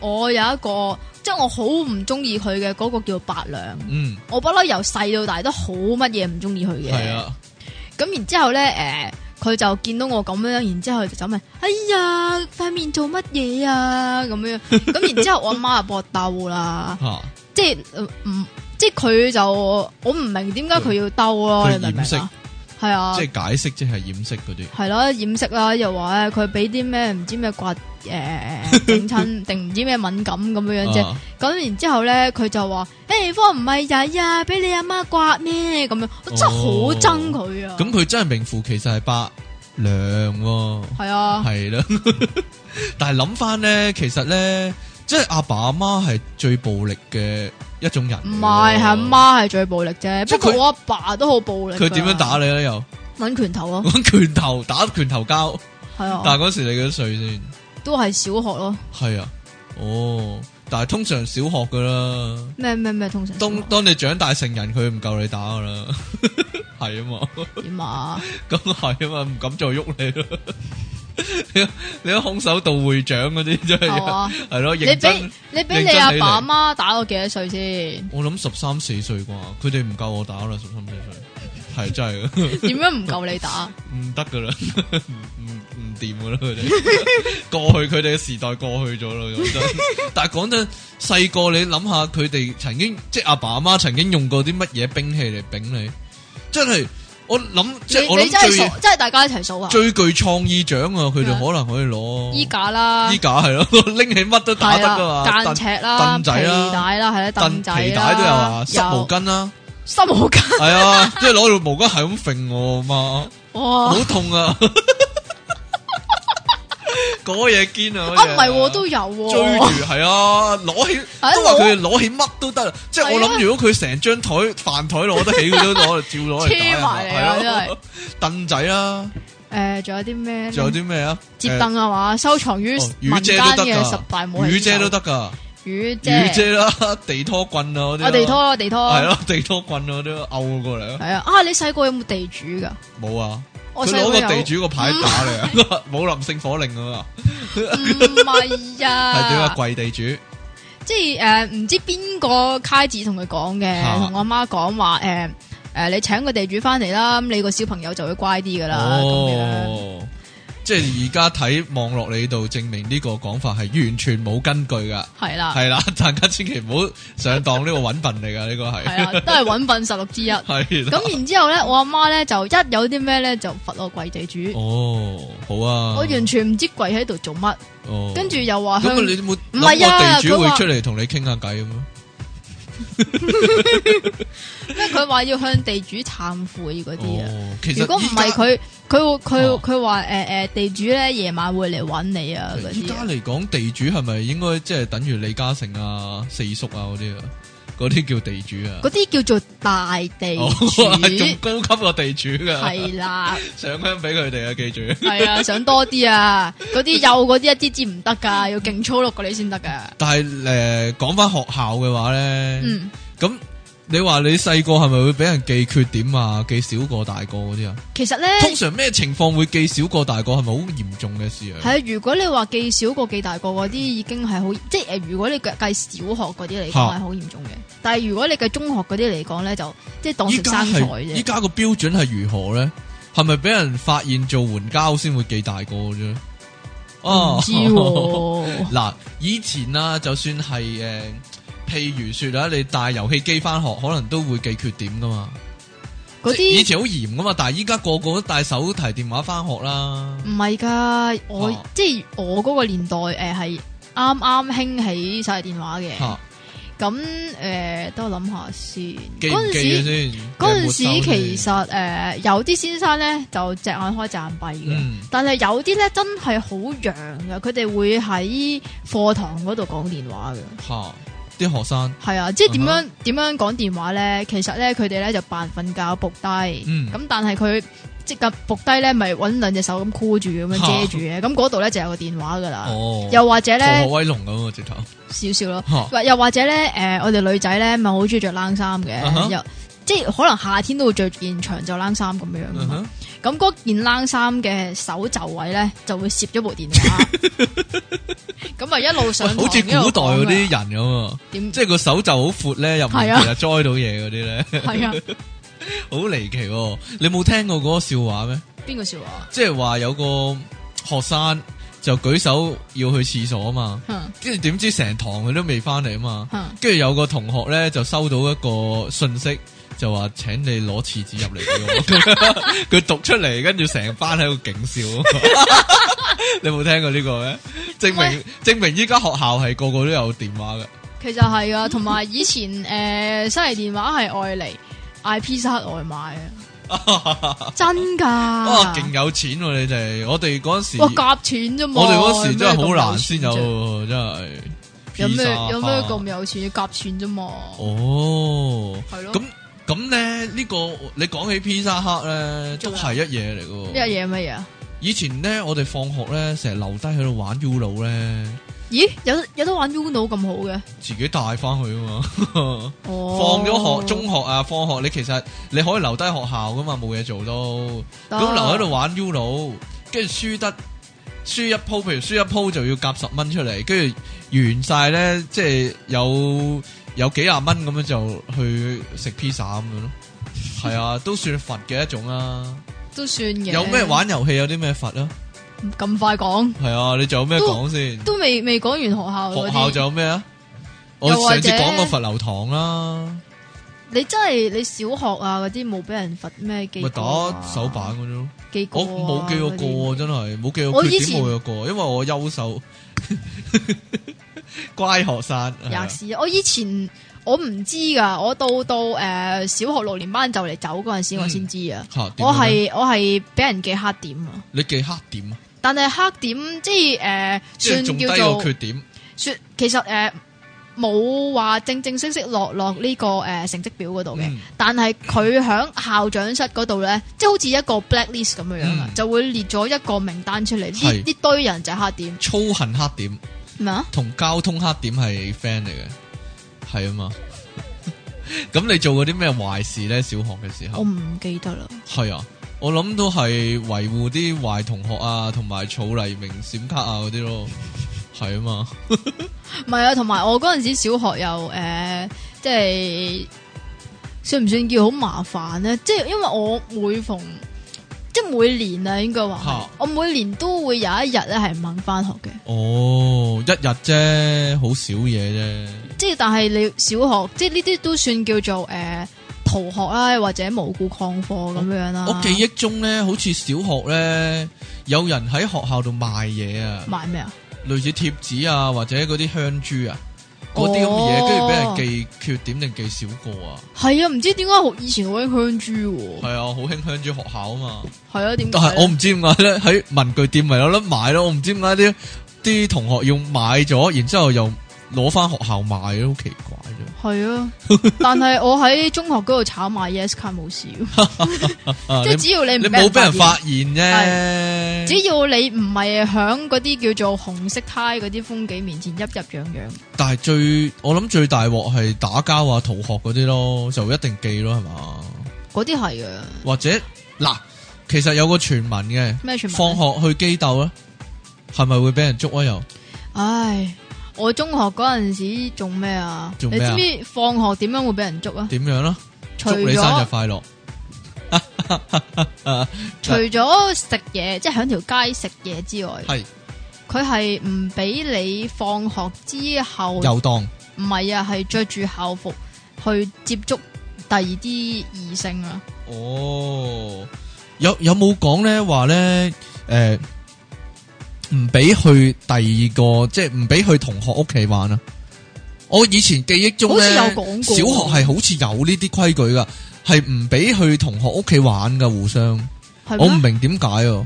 A: 我有一個即係我好唔中意佢嘅嗰個叫白娘，
B: 嗯，
A: 我不嬲由細到大都好乜嘢唔中意佢嘅。
B: 係啊，
A: 咁然之後咧，誒、佢就見到我咁樣，然之後就走問：哎呀，塊面做乜嘢啊？咁樣，咁然之後我阿媽就搏鬥啦，
B: 吓
A: 即係呃唔，即係佢就我唔明點解佢要鬥咯，
B: 佢
A: 你明唔明
B: 掩飾
A: 啊？係啊
B: 即，係解釋即係掩飾嗰啲，
A: 係啦，掩飾啦，又話咧佢俾啲咩唔知咩刮誒整 親，定唔知咩敏感咁樣樣啫。
B: 啊
A: 咁然之後咧，佢就話：誒，科唔係仔啊，俾你阿媽刮咩？咁樣，我真係好
B: 哦
A: 憎佢啊！
B: 咁佢真係名副其實係伯娘喎。
A: 係啊，
B: 係啦， 但係諗翻咧，其實咧，即係阿爸阿媽係最暴力嘅一種人。
A: 唔係，係阿。媽係最暴力啫。
B: 哦即係
A: 不
B: 佢
A: 過我阿爸都好暴力。
B: 佢點樣打？哦你咧？又
A: 揾拳頭咯，
B: 揾 拳頭打拳頭交，
A: 係
B: 但係
A: 啊，
B: 嗰時你幾多歲先？
A: 都係小學咯。
B: 係啊，哦，但係通常小學噶啦，
A: 咩咩咩，通常小
B: 當
A: 學
B: 當你長大成人，佢唔夠你打噶啦， 係啊嘛，
A: 點啊？
B: 咁係啊嘛，唔敢再喐你咯。你 你啲空手道會長嗰啲真
A: 係
B: 係
A: 嘛？
B: 係咯，
A: 哦你
B: 認真
A: 俾。你俾你阿爸阿媽打我幾多歲先？
B: 我諗十三四歲啩，佢哋唔夠我打啦，十三四歲係真係㗎
A: 點樣唔夠你打？
B: 唔得噶啦，唔唔唔掂噶啦佢哋， 過去佢哋嘅時代過去咗啦， 講真。但係講真，細個你諗下佢哋曾經即係阿爸阿媽曾經用過啲乜嘢兵器嚟丙你，真係我諗 即
A: 你
B: 係我
A: 你真
B: 諗
A: 係
B: 最
A: 數，真係大家一齊數下
B: 最具創意獎啊，佢哋
A: 咩啊
B: 可能可以攞
A: 衣架啦
B: 衣，架係咯， 拎起乜都打
A: 係啊
B: 得噶嘛，
A: 啦，間
B: 凳
A: 尺啦，
B: 凳
A: 皮
B: 仔啦
A: 帶啦，係啦，啊凳
B: 凳
A: 仔
B: 皮
A: 啦
B: 帶都有啊，濕毛
A: 有
B: 巾啦。
A: 濕毛巾，
B: 系啊，即系攞条毛巾系咁揈我嘛，
A: 哇！
B: 好 痛啊！嗰嘢堅啊！
A: 啊，唔係喎，都有
B: 追
A: 喎
B: 住。系啊，攞起
A: 係啊
B: 都話
A: 攞
B: 佢哋攞起乜都得，即係我
A: 係啊
B: 諗如果佢成張台飯台攞得起，佢都攞嚟照攞嚟
A: 黐
B: 打
A: 埋嚟啊
B: 人
A: 真
B: 啊，係
A: 係
B: 啊，凳仔啦，
A: 誒，仲有啲咩？
B: 仲有啲咩啊？
A: 接凳啊嘛，收藏於
B: 誒
A: 民
B: 哦雨
A: 間
B: 遮都得
A: 嘅十大
B: 噶，
A: 武器。
B: 雨遮都，得噶，
A: 雨遮，
B: 雨遮啦，地拖棍啊嗰啲，
A: 啊地，拖地拖，
B: 系咯，地拖棍啊嗰啲，摳過嚟啊，
A: 係啊，啊你細個有冇地主噶？
B: 冇啊。
A: 我
B: 佢
A: 細
B: 攞
A: 個
B: 個
A: 有
B: 地主個牌打 你啊！武林聖火令啊嘛，
A: 唔係
B: 係點啊？
A: 啊，
B: 跪地主
A: 即係誒唔知邊個卡子同佢講嘅，
B: 嚇
A: 同我媽講話誒誒你請個地主翻嚟啦，咁你個小朋友就會乖啲噶啦咁樣。
B: 哦，即係而家睇網絡你度證明呢個講法係完全冇根據噶，
A: 係啦，
B: 係啦， 大家千祈唔好上當呢個揾笨嚟噶，呢個
A: 係
B: 係
A: 啦，都係揾笨十六之一。
B: 係啦
A: 咁然之後咧，我阿媽咧就一有啲咩咧就罰我跪地主，
B: 哦，好啊，
A: 我完全唔知跪喺度做乜，
B: 哦
A: 跟住又話
B: 咁
A: 向
B: 啊你有冇
A: 唔係啊
B: 諗過地主
A: 佢話
B: 會出嚟同你傾下偈咁啊？
A: 即係佢話要向地主懺悔嗰啲啊。
B: 哦，其實
A: 如果唔係
B: 依家
A: 佢，佢會佢
B: 哦
A: 佢話誒誒地主咧夜晚會嚟揾你啊嗰
B: 依
A: 啲
B: 家
A: 啊。
B: 嚟講，地主係咪應該即係等於李嘉誠啊、四叔啊嗰啲啊？嗰啲叫地主啊？
A: 嗰啲叫做大地
B: 哦， 仲
A: 主，
B: 高級過地主噶，
A: 係啦，
B: 上香俾佢哋啊！記住，
A: 係啊，想多啲啊，嗰啲幼嗰啲一啲支唔得噶，要勁粗碌嗰啲先得噶。
B: 但係诶，讲翻學校嘅話咧，
A: 嗯，
B: 咁你話你細個係咪會俾人記缺點啊？記少過大個嗰啲啊？
A: 其實咧
B: 通常咩情況會記少過大個？係咪好嚴重嘅事啊？
A: 係啊，如果你話記小過記大個嗰啲，已經係好，即係诶，如果你計計小學嗰啲嚟講
B: 嚇
A: 係好嚴重嘅，但係如果你計中學嗰啲嚟講咧，就即係當
B: 依
A: 食
B: 家
A: 生菜
B: 係依
A: 啫。
B: 家個標準係如何咧？係咪俾人發現做援交先會記大個啫？哦
A: 唔知喎。
B: 嗱，以前啊，就算係誒、呃譬如説啦，你帶遊戲機翻學，可能都會記缺點噶嘛。
A: 嗰
B: 即係以
A: 啲
B: 前好嚴噶嘛，但係依家個個都帶手提電話翻學啦。
A: 唔係噶，我、
B: 啊
A: 即係我嗰個年代诶係啱啱興起晒電話嘅
B: 嚇、，
A: 咁诶都諗下先。
B: 記
A: 嗰
B: 唔
A: 陣
B: 記嘅啊
A: 時
B: 先？
A: 嗰陣
B: 有冇收
A: 時其
B: 先
A: 實诶、呃有啲先生咧就隻眼開隻眼閉嘅。
B: 嗯
A: 但係有啲咧真係好揚嘅，佢哋會喺課堂嗰度講電話嘅。
B: 嚇，啲學生
A: 係啊，即係點
B: 嗯
A: 樣點樣講電話咧？其實咧佢哋咧就扮瞓覺仆低，
B: 嗯
A: 咁、但係佢即刻伏低咧，咪搵兩隻手咁箍住咁樣
B: 嚇
A: 遮住嘅，咁嗰度咧就有個電話噶啦。啊
B: 哦，
A: 又或者
B: 逃學
A: 咧
B: 威龍咁啊，直頭
A: 少少咯，
B: 吓
A: 或又或者咧，诶、我哋女仔咧咪好中意着冷衫嘅
B: 啊哈
A: 又即係可能夏天都會着件長袖冷衫咁樣㗎嘛。
B: 嗯哼
A: 咁嗰件冷衫嘅手袖位咧，就會攝咗部電 話，咁啊一路上
B: 喂好似古代嗰啲人咁啊，
A: 點
B: 即系个手就好阔咧，又唔
A: 係啊
B: 其实栽到嘢嗰啲咧，
A: 係啊？
B: 好离奇喎！你冇听过嗰个笑话咩？
A: 邊個笑話？
B: 即系话有个学生就举手要去厕所啊嘛，
A: 哼
B: 跟住点知成堂佢都未翻嚟啊嘛，
A: 哼
B: 跟住有個同學咧就收到一個信息，就話請你攞廁紙入嚟俾我。 佢讀出嚟，跟住成班喺度勁笑。 你有冇聽過呢個咩？證明證明依家學校係個個都有電話嘅。
A: 其實係啊，同埋以前诶，誒西尼電話係外嚟嗌 P 沙外賣嘅， 真㗎。
B: 哇，勁有錢喎、你哋！我哋嗰陣時，
A: 啊哇夾錢啫嘛！
B: 我哋嗰時真係好難
A: 有咩咁
B: 先
A: 錢啫
B: 有，真係。哎
A: 有咩
B: Pizza 啊
A: 有咩
B: 包
A: 咁有錢？夾錢啫嘛！
B: 哦，
A: 係咯
B: 咁咁咧呢個你講起 Pizza Hut 咧，都係一嘢嚟
A: 呢
B: 嘅喎。
A: 樣嘢乜嘢啊？
B: 以前咧，我哋放學咧，成日留低喺度玩 U 腦咧，
A: 咦，有有得玩 Uno 咁好嘅？
B: 自己帶翻去啊嘛。
A: 哦
B: 放，咗學，中學啊，放學你其實你可以留低學校噶嘛，冇嘢做都。
A: 得
B: 咁留喺度玩 U 腦，跟住輸得輸一鋪，譬如輸一鋪就要夾十蚊出嚟，跟住完晒咧，即係有有幾廿蚊咁樣就去食 pizza 咁樣咯。係啊，都算罰嘅一種啦。
A: 都算嘅。
B: 有咩玩遊戲有啲咩罰啊？
A: 咁快講？
B: 係啊，你仲有咩
A: 都
B: 講先？
A: 都未未講完學校嗰
B: 学
A: 啲
B: 校仲有咩啊？我
A: 又或
B: 上次
A: 者
B: 講過佛流堂啦，
A: 你真係你小學啊嗰啲冇俾人罰咩記
B: 咪打
A: 過啊
B: 手板嗰啲咯。
A: 記過
B: 我
A: 啊
B: 哦冇記過
A: 嗰啲
B: 過，真係冇記過
A: 我
B: 缺
A: 以
B: 點
A: 前
B: 冇記過，因為我優秀， 乖學生。係啊
A: 吔屎！我以前我唔知㗎，我到到诶小學六年班就嚟走嗰陣時，我先知啊。
B: 嚇嗯點
A: 我
B: 樣咧
A: 係我係俾人記黑點啊！
B: 你記黑點啊，
A: 但係黑點即係诶、呃
B: 即係
A: 算
B: 仲低
A: 叫做
B: 過缺點。
A: 算，其實诶冇話正正式式落落呢、個个呃成績表嗰度嘅，
B: 嗯
A: 但係佢喺校長室嗰度咧，即系好似一個 blacklist 咁樣樣啊，
B: 嗯
A: 就會列咗一個名單出嚟，呢
B: 係
A: 呢堆人就係黑點
B: 操行黑點
A: 咩啊？
B: 同交通黑點係 friend 嚟嘅，係啊嘛。咁你做過啲咩壞事咧？小學嘅時
A: 我
B: 候
A: 唔記得啦，
B: 係啊，我諗都係維護啲壞同學啊，同埋草黎明閃卡啊嗰啲咯，係啊嘛。
A: 唔係啊，同埋我嗰阵时小學又诶、呃即係算唔算叫好麻煩咧？即係因為我每逢即係每年啊，應該話係
B: 嚇
A: 我每年都會有一日咧係唔肯翻學嘅。
B: 哦，一日啫，好少嘢啫。
A: 即係但係你小學，即係呢啲都算叫做诶、呃逃學啦，或者無故旷課咁樣啦。
B: 我記憶中咧，好似小學咧，有人喺學校度賣嘢啊，
A: 買咩啊？
B: 類似貼紙啊，或者嗰啲香珠啊，嗰啲咁嘅嘢，跟住
A: 哦
B: 俾人記缺點定記少過啊。
A: 係啊，唔知點解好以前好興香珠
B: 係
A: 喎。
B: 啊，好興香珠學校啊嘛。
A: 係啊，點解
B: 但係
A: 呢？
B: 我唔知點解咧，喺文具店咪有得買咯。我唔知點解啲啲同學要買咗，然之後又攞翻學校賣咯，好奇怪啫。
A: 係 啊，但係我喺中學嗰度炒賣 yes 卡冇事喎，
B: 啊
A: 即係只要你
B: 你
A: 唔
B: 你冇俾人
A: 發
B: 發現啫。
A: 現，只要你唔係響嗰啲叫做紅色呔嗰啲風景面前一入樣樣，
B: 但系最我谂最大镬系打交啊、逃学嗰啲咯，就一定记咯，系嘛？
A: 嗰啲係啊，
B: 或者嗱，其实有个传闻嘅，
A: 咩全
B: 放学去基斗咧，系咪会俾人捉啊？又
A: 唉，我中學嗰陣時做咩啊？
B: 做咩啊
A: 你知唔知放學點樣會俾人捉啊？
B: 点样啦？
A: 除
B: 祝你生日
A: 咗
B: 快乐！
A: 除咗食嘢，即係喺條街食嘢之外，
B: 系
A: 佢係唔俾你放學之後，唔
B: 游荡
A: 係啊，係着住校服去接觸第二啲異性啊。
B: 哦，有有冇讲咧话咧？诶、呃唔俾去第二个，即系唔俾去同学屋企玩啊！我以前記憶中
A: 好似
B: 咧，
A: 有講過
B: 小學係好似有呢啲規矩噶，係唔俾去同學屋企玩噶，互相。
A: 係
B: 我唔
A: 咩？
B: 明點解啊？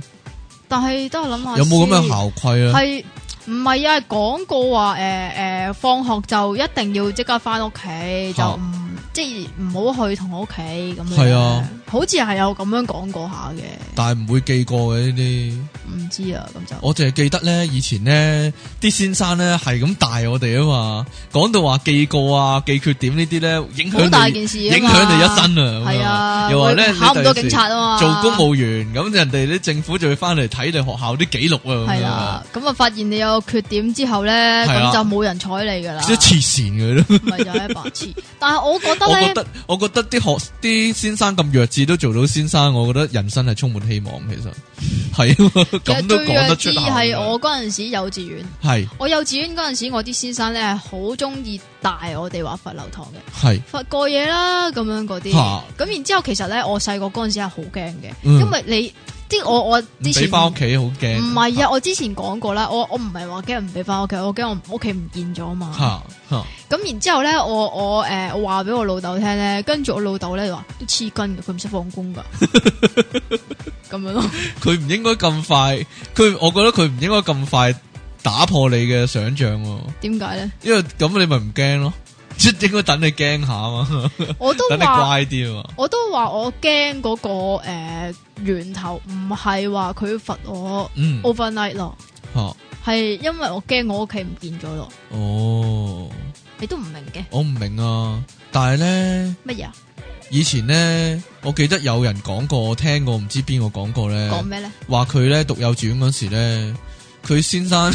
A: 但係都係諗下
B: 有冇
A: 先
B: 咁嘅校規啊？
A: 係唔係啊？講過話誒誒，放學就一定要即刻翻屋企，就
B: 嚇
A: 唔即系唔好去同我屋企咁樣。
B: 係啊，
A: 好似係有咁樣講過下嘅，
B: 但系唔會記過嘅呢啲。
A: 唔知啊，咁就
B: 我淨係記得咧，以前咧啲先生咧係咁大我哋啊嘛，講到話記過啊、記缺點呢啲咧，影響
A: 好大
B: 你
A: 件事
B: 影
A: 啊嘛
B: 響你一生啊。咁
A: 係啊，
B: 又話咧
A: 會考唔到警察啊嘛，
B: 做公務員，咁人哋啲政府就會翻嚟睇你學校啲記錄啊。咁
A: 系
B: 樣
A: 啦，咁啊發現你有缺點之後咧，
B: 係
A: 咁
B: 啊
A: 就冇人睬你噶啦，
B: 即係黐線嘅咯。
A: 咪就係白痴。但係我覺得
B: 我
A: 咧
B: 覺。得我覺得啲學啲先生咁弱智都做到先生，我覺得人生係充滿希望。其實
A: 其
B: 係啊
A: 實
B: 咁都
A: 最
B: 講
A: 弱
B: 得
A: 智
B: 出口
A: 係我嗰陣時幼稚園，
B: 係
A: 我幼稚園嗰陣時，我啲先生咧係好中意帶我哋玩罰留堂嘅，
B: 係
A: 罰過嘢啦咁樣嗰啲。
B: 嚇
A: 咁然之後其實咧，我細個嗰陣時係好驚嘅，
B: 嗯
A: 因為你即係我我
B: 唔
A: 之
B: 俾
A: 前
B: 翻屋企好驚。
A: 唔係啊，我之前講過啦，我我唔係話驚唔俾翻屋企，我驚我屋企唔見咗啊嘛。
B: 嚇嚇
A: 咁然之後咧，我我誒、呃我話俾我老豆聽咧，跟住我老豆咧就話都黐筋嘅，佢唔識放 工噶，咁樣咯。
B: 佢唔應該咁快，佢我覺得佢唔應該咁快打破你嘅想象喎，
A: 點解咧？
B: 因為咁你咪唔驚咯， 即係應該等你驚下嘛，
A: 我都
B: 等你
A: 話。
B: 乖啲啊嘛，
A: 我都話我驚嗰、個呃源頭唔係話佢罰我
B: 嗯哦
A: overnight 咯，
B: 嚇
A: 係因為我驚我屋企唔見咗咯。
B: 哦，
A: 你都唔明嘅
B: 我唔明啊，但係咧
A: 乜嘢啊？
B: 以前咧，我記得有人講過，我聽過唔知邊個講過咧，
A: 講咩咧？
B: 話佢咧讀幼稚園嗰時咧，佢先生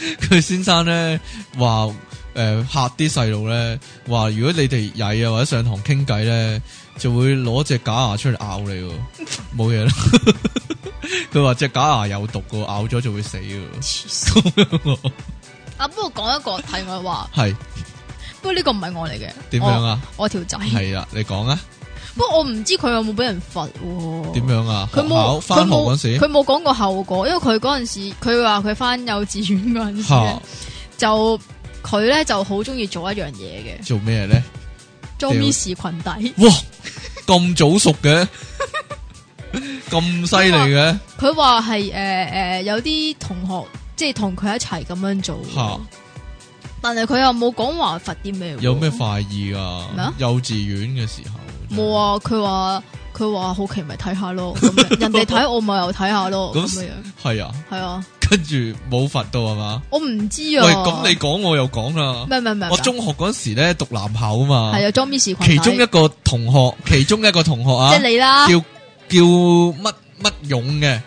B: 佢先生咧話誒嚇啲細路咧，話如果你哋曳啊或者上堂傾偈咧，就會攞隻假牙出嚟咬 你喎，冇嘢啦。 佢話隻假牙有毒嘅，咬咗就會死嘅。
A: 黐線
B: 咁
A: 啊！不過講一個題外話，
B: 係
A: 不過呢個唔係我嚟嘅。
B: 點樣啊？
A: 我？我條仔。
B: 係啦，你講啊，
A: 不過我唔知佢有冇俾人罰喎。
B: 點？樣啊？
A: 哦佢
B: 學
A: 冇
B: 校翻
A: 佢
B: 學
A: 冇
B: 嗰時
A: 佢冇講過後果，因為佢嗰陣時佢話佢翻幼稚園嗰陣時
B: 嚇
A: 呢就佢咧就好中意做一樣嘢嘅，
B: 做咩咧？
A: 裝
B: 屌
A: Miss 裙底。
B: 哇，咁早熟 嘅，咁犀利嘅
A: 佢話係诶诶有啲同學即係同佢一齊咁樣做，
B: 吓。
A: 但係佢又冇講話罰啲咩喎。
B: 有咩快意啊
A: 咩啊？
B: 幼稚園嘅時候
A: 冇！啊！佢話佢話好奇咪睇下咯，咁 樣人哋睇我咪又睇下咯，
B: 咁
A: 咁樣
B: 係啊，
A: 係啊，
B: 跟住冇罰到係嘛？
A: 我唔知
B: 喂，
A: 啊。
B: 咁你講我又講啦。
A: 咩咩咩？
B: 我中學嗰時咧讀男校啊嘛，
A: 系啊，裝 Miss 裙底
B: 其中一個同學，其中一個同學啊
A: 即，係你啦，
B: 叫叫乜乜勇嘅，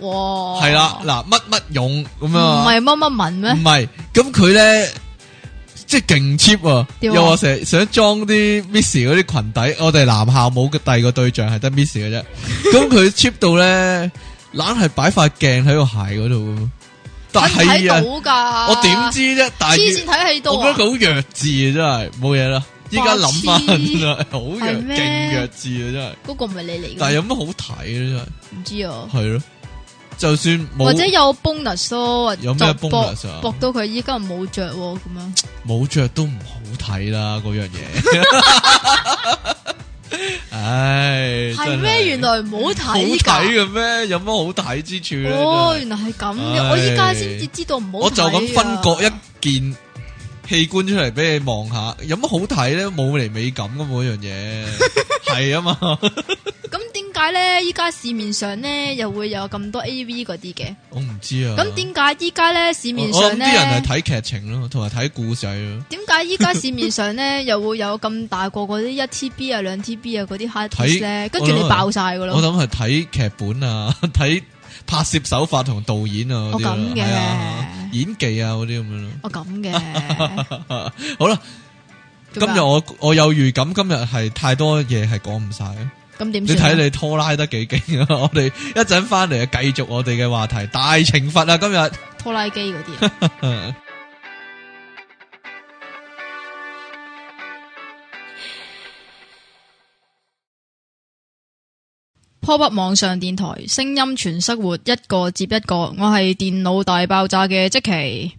A: 哇，
B: 係啦，，嗱乜乜勇咁
A: 哦唔
B: 啊，
A: 係乜乜文
B: 唔
A: 咩？
B: 係，咁佢咧。即係勁 cheap 啊！
A: 點啊
B: 又話成日想裝啲 Miss 嗰啲裙底，我哋男校冇嘅第二個對象係得 Miss 嘅啫。咁佢 cheap 到咧，懶係擺塊鏡喺個鞋嗰度。但
A: 睇唔睇
B: 係啊，
A: 到噶，
B: 我點知啫？但
A: 黐線
B: 係
A: 睇戲到
B: 我
A: 啊
B: 覺得佢好弱智啊，真係冇嘢啦。依家諗
A: 白
B: 翻真
A: 痴
B: 係好弱，
A: 係咩
B: 勁弱智啊，真係。
A: 嗰個唔係你嚟
B: 但係
A: 嘅，
B: 有乜好睇咧？
A: 唔知啊
B: 真係。係咯，就算
A: 或者
B: 冇
A: 有 bonus 咯，或者
B: 有咩
A: 就搏
B: bonus 啊
A: 搏到佢依家冇着喎，咁样
B: 冇着都唔好睇啦，嗰樣嘢。唉，
A: 係
B: 真
A: 咩？原來唔好
B: 好睇
A: 睇㗎。
B: 嘅咩？有乜好睇之處咧？
A: 哦，
B: 真係
A: 原來係咁
B: 唉
A: 嘅，我依家先至知道唔好睇啊。
B: 我就咁分割一件器官出嚟俾你望下，有乜好睇咧？冇嚟美感噶嘛，嗰 樣嘢係啊嘛。
A: 咁點解咧？依家市面上咧又會有咁多 A V 嗰啲嘅？
B: 我唔知啊。
A: 咁點解依家咧市面
B: 我我
A: 上
B: 諗啲人係
A: 咧？
B: 睇劇情咯，同埋睇故仔咯，
A: 點解依家市面上咧 又會有咁大個嗰啲一 T B 啊、兩 T B 啊嗰啲 hard
B: 睇
A: disk 咧？跟住
B: 我
A: 你
B: 諗
A: 爆晒噶咯。
B: 我諗係睇劇本啊， 睇拍攝手法同導演啊嗰啲咯
A: 哦咁嘅
B: 係啊演技啊嗰啲咁樣咯。
A: 哦咁 嘅，
B: 好啦，
A: 做
B: 今
A: 咩啊
B: 日我我有預感，今日係太多嘢係講唔晒啊。
A: 咁點
B: 你
A: 算
B: 睇
A: 啊？
B: 你拖拉得幾勁啊！ 我哋一陣翻嚟啊，繼續我哋嘅話題，大懲罰啊！今日。
A: 拖拉機嗰啲啊，波北網上電台，聲音全生活，一個接一個。我係電腦大爆炸嘅即期。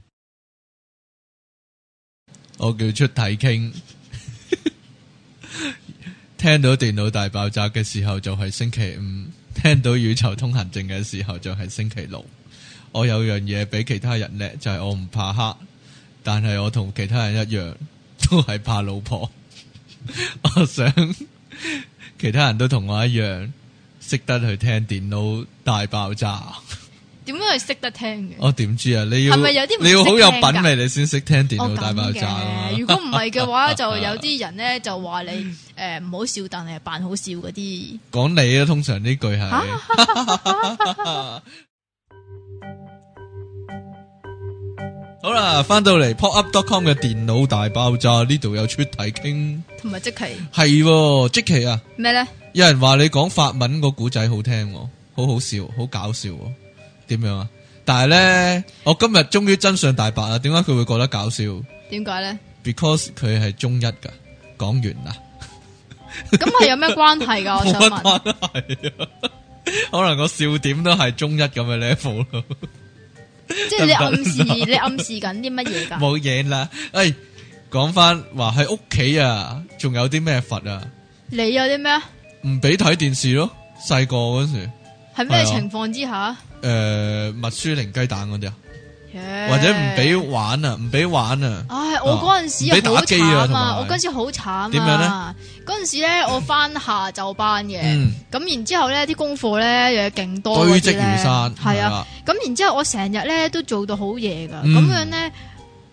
B: 我叫出體傾， 聽到電腦大爆炸嘅時候就係星期五，聽到宇宙通行證嘅時候就係星期六。我有樣嘢比其他人叻，就係、我唔怕黑，但係我同其他人一樣，都係怕老婆。 我想 其他人都同我一樣識得去聽電腦大爆炸。
A: 點解係識得聽嘅？
B: 我點知啊？你要
A: 係咪有啲唔
B: 你要好有
A: 識聽㗎
B: 品味，你先識聽電
A: 我
B: 腦大爆炸
A: 哦
B: 啊
A: 咁嘅，如果唔係嘅 話，就有啲人咧就話你诶唔好笑，但係扮好笑嗰啲。
B: 講你啊，通常呢句係。 好啦，翻到嚟 popup.com 嘅電腦大爆炸呢度有出題傾，
A: 同埋即係
B: 係喎，即奇啊！
A: 咩咧？
B: 有人話你講法文個古仔好聽喎，好好笑，好搞笑喎，點樣啊？但係咧，我今日終於真相大白啦，點解佢會覺得搞笑
A: 點解咧？
B: ？because 佢係中一噶，講完啦。
A: 咁係有咩關係噶？我想問。
B: 冇乜關係啊可能個笑點都係中一咁嘅 level 咯，
A: 即係你暗示你暗示緊啲乜嘢㗎？
B: 冇嘢啦。诶、講翻話喺屋企啊，仲有啲咩佛啊？
A: 你有啲咩啊？
B: 唔俾睇電視咯，細個嗰陣時，
A: 係咩
B: 係啊
A: 情況之下？
B: 诶、麥書零雞蛋嗰啲啊，
A: 或
B: 或者唔俾。玩啊，唔俾玩啊。
A: 唉，我嗰阵时
B: 唔俾打
A: 好
B: 機
A: 慘
B: 啊同
A: 啊！
B: 埋
A: 我嗰陣時好慘啊！
B: 點樣呢
A: 嗰陣時咧，我翻下晝班嘅，
B: 嗯
A: 咁、然之後咧啲功課咧又有勁多
B: 堆
A: 積
B: 積如山，
A: 係啊！
B: 啊，
A: 咁然之後我成日咧都做到好夜噶，
B: 嗯
A: 咁、樣咧，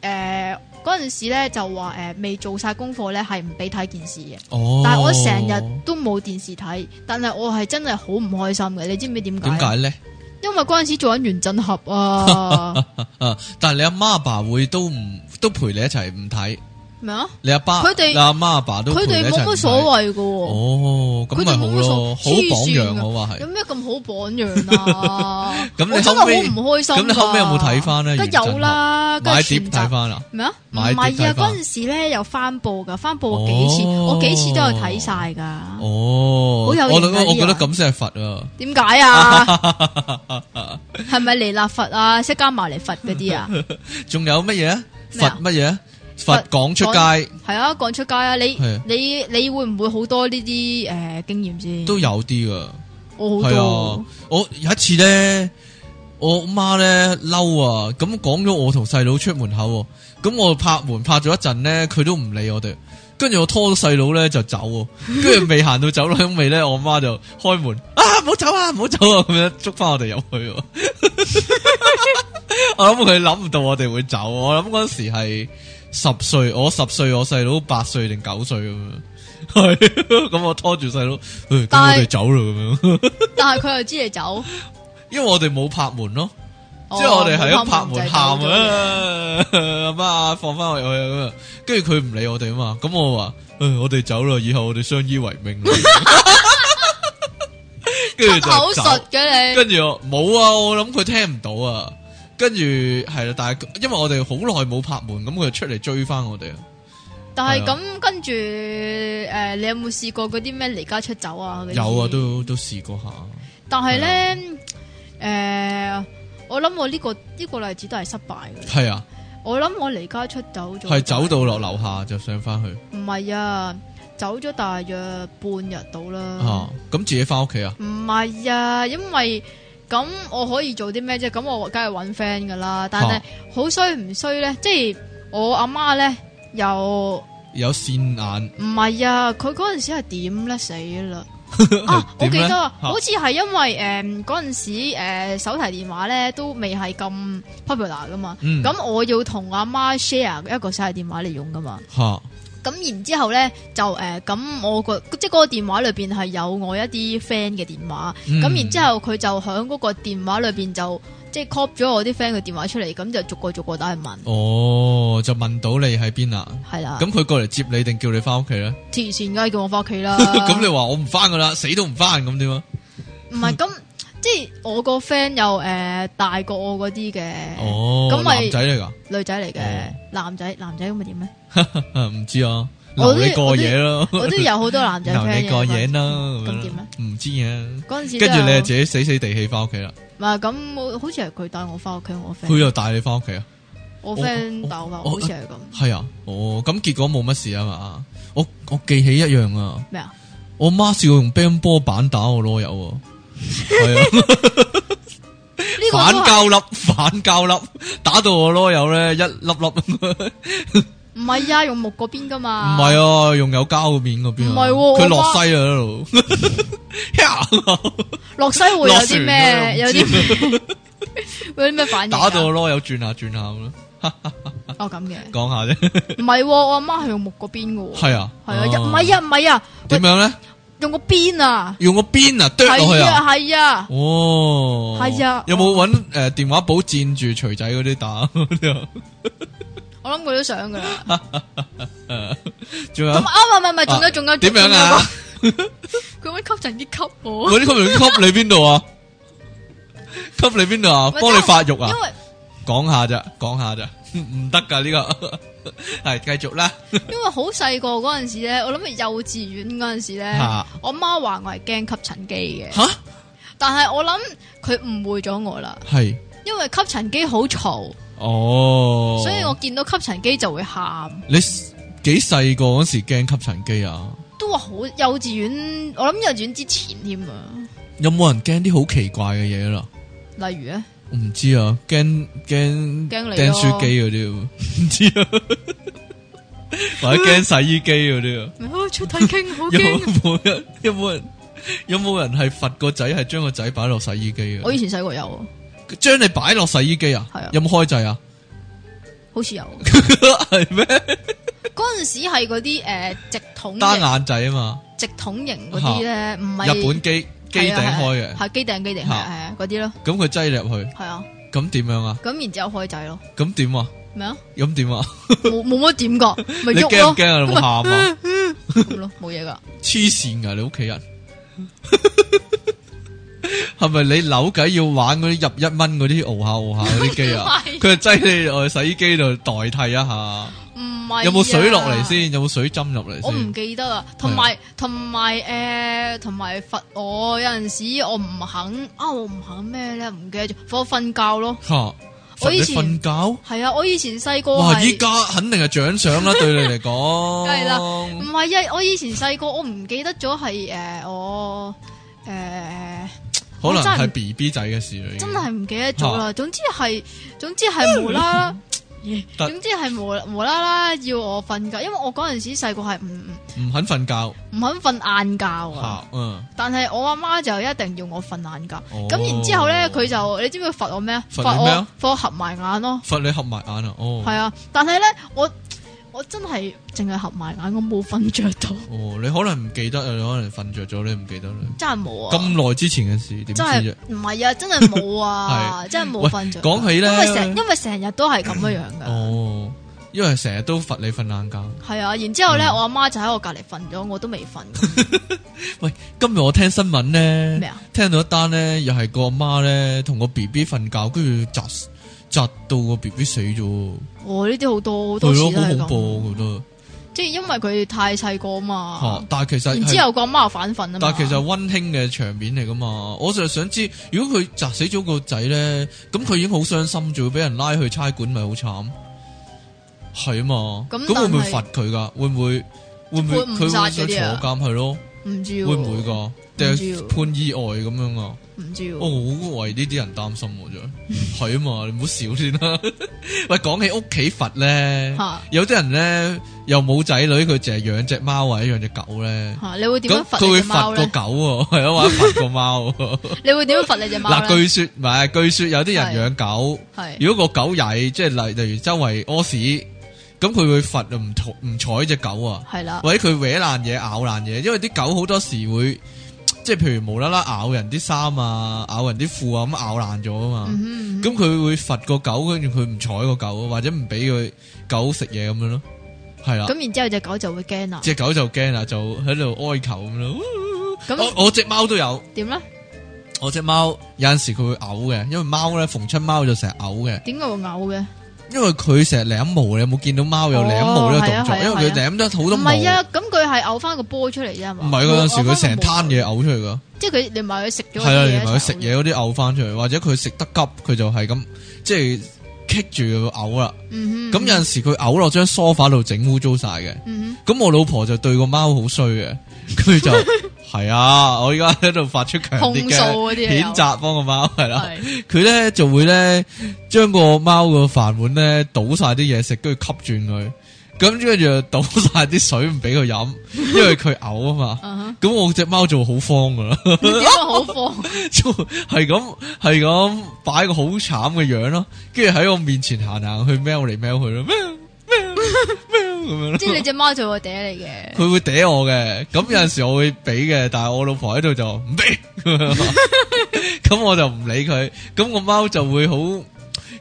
A: 诶嗰陣時咧就話诶、誒未做晒功課咧係唔俾睇件事嘅，
B: 哦，
A: 但係我成日都冇電視睇，但係我係真係好唔開心嘅，你知唔知點
B: 點
A: 解？
B: 解咧？
A: 因為嗰陣時做緊原振俠 啊，
B: 啊，但係你阿媽阿爸會都唔都陪你一齊唔睇，
A: 咩啊？
B: 你阿爸
A: 佢哋
B: 你阿媽阿爸都
A: 佢
B: 陪你
A: 哋
B: 一齊
A: 冇
B: 唔
A: 乜
B: 睇
A: 所謂噶喎。
B: 哦，咁咪好咯，好
A: 佢哋冇乜
B: 榜
A: 所謂
B: 樣我話
A: 有
B: 係。？
A: 咩咁好榜樣啊
B: 咁你
A: 我真
B: 後
A: 係
B: 尾
A: 好唔開心㗎。
B: 咁你後尾有冇睇返呢
A: 梗係有啦，梗
B: 買
A: 係
B: 碟
A: 全集
B: 睇翻啦，
A: 咩啊？唔
B: 買碟
A: 係啊
B: 睇，返
A: 嗰陣時咧有翻播㗎，翻播幾次，
B: 哦
A: 我幾次都有睇晒 㗎。
B: 哦，我
A: 好有型啊
B: 覺得
A: 啲
B: 我覺得
A: 人
B: 咁先係佛啊，
A: 點解啊？係咪彌勒佛啊？釋迦牟尼佛嗰啲啊？
B: 仲有乜嘢啊？
A: 咩
B: 佛
A: 啊
B: 乜嘢啊？佛
A: 佛
B: 講出
A: 講
B: 街
A: 係啊，講出街啊！你
B: 係
A: 你你會唔會好多呢啲誒經驗先？
B: 都有啲噶。
A: 我好
B: 系
A: 多
B: 啊，我有一次咧，我妈咧嬲啊，咁講咗我同細佬出門口喎，咁我拍門拍咗一陣咧，佢都唔理我哋，跟住我拖咗細佬咧就走喎，跟住未行到走廊尾咧，我媽就開門啊，唔好走啊，唔好走啊，咁樣捉翻我哋入去喎。 我諗佢諗唔到我哋會走，我諗嗰陣時係十歲，我十歲，我細佬八歲定九歲咁樣。系，咁我拖住細佬，唉咁我
A: 但係
B: 哋走啦咁樣。
A: 但係佢又知你走，
B: 因为我哋冇拍门咯，
A: 哦
B: 即系我哋系一拍
A: 就
B: 门
A: 係
B: 喊
A: 走咗嘅
B: 啊， 阿妈放翻我入去啊咁啊，跟住佢唔理我哋啊嘛，咁我话，诶、我哋走啦，以后我哋相依为命啦， 跟住
A: 出口
B: 就走
A: 述，啊嘅你，
B: 跟住我冇啊，我谂佢听唔到啊，跟住系啦，但系因为我哋好耐冇拍门，咁佢就出嚟追翻我哋啊，
A: 但係
B: 係
A: 咁跟住诶，誒你有冇試過嗰啲咩離家出走啊？嗰啲
B: 有啊，。都都试过下，
A: 但係咧，
B: 啊
A: 诶，我諗我呢個呢個例子都係失敗嘅。
B: 系啊，
A: 我諗我離家出走咗，
B: 系走到落楼下就上翻去，
A: 唔係啊，走咗大約半日到啦
B: 啊。，咁自己翻屋企啊，
A: 唔係啊，因為咁我可以做啲咩啫？咁我梗係揾 friend 噶啦。但係
B: 啊
A: 好衰唔衰咧？即係我阿媽咧又。
B: 有线眼，
A: 唔係啊，佢嗰阵时系点咧死 啦！啊，我
B: 點
A: 記
B: 呢
A: 得啊，
B: 嚇
A: 好似係因為诶嗰阵时诶、誒手提電話咧都未係咁 popular 噶嘛，
B: 嗯，
A: 咁、我要同阿媽 share 一個手提電話嚟用噶嘛，
B: 吓。
A: 咁然之后咧就诶咁、我個即系嗰個電話裏边係有我一啲 friend 嘅電話，
B: 嗯
A: 咁、然之后佢就響嗰個電話裏边就即係 copy 咗我啲 friend 嘅電話出嚟，咁就逐個逐個打去問，
B: 哦，就問到你喺邊啊？
A: 係啦，
B: 咁佢過嚟接你定叫你翻屋企咧？
A: 黐線梗係叫我翻屋企啦，
B: 咁、你話我唔翻噶啦，死都唔翻咁點啊？
A: 唔係咁，即係我個 friend 又誒大過我嗰啲嘅
B: 哦，
A: 咁咪
B: 男仔嚟
A: 女仔嚟
B: 哦
A: 嘅男仔，男仔咁咪 點咧？
B: 噶，唔知啊，
A: 我
B: 留
A: 都
B: 你過夜咯，
A: 我都有好多男仔
B: 留
A: friend
B: 你過夜
A: 嘅。
B: 啦，
A: 咁
B: 咁
A: 點
B: 樣唔知啊。
A: 嗰陣時都
B: 跟住你
A: 有
B: 就自己死死地氣翻屋企啦，
A: 唔係咁，好似係佢帶我翻屋企，我
B: 佢
A: friend
B: 又帶你翻屋企啊？
A: 我
B: 我
A: friend 帶我翻，好似係咁
B: 係啊，哦，咁結果冇乜事啊嘛。我我記起一樣啊，
A: 咩啊？
B: 我媽試過用乒乓波板打我啰柚 喎，係啊。
A: 呢個
B: 反
A: 都係
B: 膠粒，反膠粒，打到我啰柚咧一粒粒，
A: 唔係啊，用木嗰邊噶
B: 唔
A: 嘛。
B: 系啊，用有胶嘅面嗰边啊，
A: 唔係喎
B: 佢
A: 我
B: 落
A: 媽
B: 西啊喺度，
A: 落西會有
B: 落
A: 啲
B: 船
A: 咩？有
B: 啊
A: 啲會有啲咩反應啊？
B: 打到咯，有转下转下咁咯，
A: 哦咁嘅，
B: 讲下啫，
A: 唔係喎，我阿媽係用木嗰邊嘅喎。
B: 系 啊，
A: 係啊，一唔係啊，唔係啊，
B: 点样咧？
A: 用個邊啊。
B: 用个边啊，剁落去
A: 係
B: 啊，
A: 啊，係啊，
B: 哦，
A: 係啊
B: 有冇搵诶电话簿垫住锤仔嗰啲打 嗰啲啊？
A: 我諗佢都想噶啦。
B: 诶，仲
A: 咁啱
B: 有
A: 啊，唔係唔係，仲有
B: 啊啊
A: 仲有
B: 点样啊？？
A: 仲有個佢搵吸塵機吸我，
B: 嗰啲吸唔吸你边 度啊？吸你边度啊？
A: 咪
B: 帮你发育啊
A: 因？為
B: 讲下咋，讲下咋，唔得噶呢个， 系继续啦，
A: 因為好細個嗰陣時咧，我諗係幼稚園嗰陣時咧，
B: 吓
A: 我媽話我係驚吸塵機嘅，
B: 啊吓
A: 但係我諗佢誤會咗我啦，
B: 系。
A: 因為吸塵機好嘈，
B: 哦，
A: 所以我見到吸塵機就會喊，
B: 你 s- 幾細個嗰時驚吸塵機啊？
A: 都話好幼稚園，我諗幼稚園之前添啊，
B: 有冇人驚啲好奇怪嘅嘢啦？
A: 例如咧，
B: 我唔知啊，驚驚
A: 驚你咯
B: 釘書機嗰啲啊，唔知啊， 或者驚洗衣機嗰啲啊？
A: 啊出體傾好
B: 有
A: 驚，
B: 冇人有冇人有冇人係罰個仔係將個仔擺落洗衣機
A: 我
B: 嘅？
A: 以前細個有，
B: 將你擺落洗衣機啊
A: 係啊？
B: 有冇開掣啊？
A: 好似有，
B: 係咩？
A: 嗰陣時係嗰啲誒直筒
B: 單
A: 型、
B: 眼仔啊嘛，
A: 直筒型嗰啲咧，唔係
B: 日本機機頂開嘅，
A: 系機頂機頂係
B: 嚇
A: 啊係啊嗰啲咯，
B: 咁佢擠你入去，
A: 係啊，
B: 咁點樣啊？
A: 咁然之後開掣咯，
B: 咁點啊？
A: 咩啊？
B: 咁點啊？
A: 冇冇乜點噶，咪
B: 你
A: 喐
B: 驚
A: 咯
B: 唔，驚啊？你有冇喊啊？
A: 咁咯，冇嘢噶，？
B: 黐線噶，你屋企人 係咪你扭計要玩嗰啲入一蚊嗰啲搖下搖下嗰啲機啊
A: 唔係
B: 佢係擠你落去洗衣機度代替一下，
A: 唔係
B: 有冇水落嚟
A: 啊？
B: 先？有冇水浸入嚟
A: 哎我唔
B: 先？
A: 記得啦，同埋同埋誒，同埋罰我有陣時我唔肯啊，我唔肯咩咧？唔記得咗，罰我瞓覺咯。
B: 吓，
A: 我
B: 罰你
A: 以前
B: 瞓覺？
A: 係啊，我以前細個
B: 哇！依
A: 係
B: 家肯定係獎賞 啦，對你嚟講。
A: 梗係啦唔係啊？我以前細個我唔記得咗係誒我誒
B: 可能
A: 我真係
B: 係
A: 唔
B: B B 仔嘅事啦。已經
A: 真係唔記得咗啦。總之係總之係無啦 啦。總之係無無啦啦要我瞓覺，因為我嗰陣時細個係唔唔
B: 唔肯瞓覺
A: 唔肯瞓晏覺啊。
B: 吓，嗯，
A: 但係我阿媽就一定要我瞓晏覺。
B: 哦
A: 咁然之後咧，佢就你知唔知佢罰我咩啊？
B: 罰
A: 罰
B: 你咩啊
A: 我罰我合埋眼咯，
B: 罰你合埋眼啊！哦，
A: 係啊。但係咧，我我真係淨係合埋眼，我冇瞓着到，
B: 哦，你可能唔記得啊，你可能瞓着咗，你唔記得啦。
A: 真係冇啊！
B: 咁耐之前嘅事點知
A: 真係
B: 啫？
A: 唔係啊，真係冇 啊，真係冇瞓着。
B: 講起咧
A: 因為成因為成日都係咁樣樣噶，
B: 哦，因為成日都罰你瞓晏覺。
A: 係啊。然之後咧，
B: 嗯
A: 我阿媽就喺我隔離瞓咗，我都未 瞓。
B: 今日我聽新聞
A: 咩
B: 咧
A: 啊，
B: 聽到一單咧，又係個阿媽咧同個 B B 瞓覺，跟住砸砸到個 B B 死咗，
A: 哦，呢啲好多好多
B: 係
A: 次
B: 咯，
A: 都係
B: 好恐
A: 咁，
B: 怖我覺得
A: 即係因為佢太細個嘛
B: 吓。。但係其實
A: 然之
B: 係
A: 後個阿媽又反瞓啊嘛。
B: 但係其實係温馨嘅場面嚟噶嘛，我就係想知，如果佢砸死咗個仔咧，咁佢已經好傷心，仲要俾人拉去差館，咪好慘？係啊嘛，
A: 咁
B: 咁會唔會
A: 但係
B: 罰佢噶？會唔會會唔會
A: 會誤
B: 佢會
A: 殺
B: 想
A: 嗰
B: 坐
A: 啲啊
B: 監係咯？
A: 唔知啊
B: 會
A: 喎
B: 唔會？噶？定係判意外咁樣啊？
A: 唔知
B: 我
A: 喎。
B: 好為呢啲人擔心喎，真係係啊嘛，你唔好笑先啦。 喂，講起屋企罰咧，
A: 嚇
B: 有啲人咧又冇仔女，佢淨係養只貓或者養只狗咧。
A: 嚇你會點
B: 咁
A: 樣罰
B: 佢
A: 你
B: 會
A: 隻貓
B: 罰個
A: 咧？
B: 狗喎，係啊，或者罰個貓喎。
A: 你會點樣罰你隻貓咧？
B: 嗱，據說唔係，據說有啲人養狗，
A: 係
B: 如果個狗曳，即係例例如周圍屙屎，咁佢會罰唔睬唔睬只狗啊，
A: 係啦，
B: 或者佢搲爛嘢、咬爛嘢，因為啲狗好多時會。即係譬如無啦啦咬人啲衫啊，咬人啲褲啊，咁咬爛咗啊嘛，
A: 嗯
B: 咁佢、會罰個狗，跟住佢唔睬個狗啊，或者唔俾佢狗食嘢咁樣咯，係啦
A: 哼，咁然之後隻狗就會驚啦。
B: 只狗就驚啦，就喺度哀求咁哦咯。
A: 咁
B: 我我只貓都有，
A: 點咧？
B: 我只貓有陣時佢會嘔嘅，因為貓咧逢親貓就成日嘔嘅，
A: 點解會嘔嘅？
B: 因為佢成日舐毛，你有冇見到貓有舐毛呢個動
A: 哦係
B: 作？
A: 啊係啊
B: 因為佢舐得好
A: 唔
B: 多毛。
A: 係啊，咁佢係嘔翻個波出嚟啫
B: 唔
A: 嘛。
B: 係啊嗰陣
A: 嘔
B: 時
A: 返個
B: 佢成攤嘢嘔出嚟噶，
A: 毛，即係佢連埋啊佢食咗
B: 係啊，
A: 嘅嘢一齊嘔。
B: 連埋佢食嘢嗰啲嘔翻出嚟，或者佢食得急，佢就係咁即係棘住佢嘔啦。
A: 嗯哼。
B: 咁有陣時佢嘔落張梳化度整污糟晒嘅。
A: 嗯哼。
B: 咁我老婆就對個貓好衰嘅， 佢就係啊，我而家喺度發出強烈
A: 控訴嗰
B: 嘅
A: 啲嘢有啊
B: 譴責幫個貓係啦，
A: 係
B: 佢咧就會咧將個貓個飯碗咧倒晒啲嘢食，跟住吸轉佢，咁跟住就倒晒啲水唔俾佢飲，因為佢嘔啊嘛。
A: 啊 哈，
B: 咁我只貓就好慌噶啦，
A: 你點解好慌？
B: 就係咁係咁擺個好慘嘅樣咯，跟住喺我面前行行去喵嚟喵去咯，喵喵喵咁樣咯。
A: 即係你隻貓就會嗲你嘅。
B: 佢會嗲我嘅，咁有陣時我會俾嘅，但係我老婆喺度就唔 俾，咁我就唔理佢，咁個貓就會好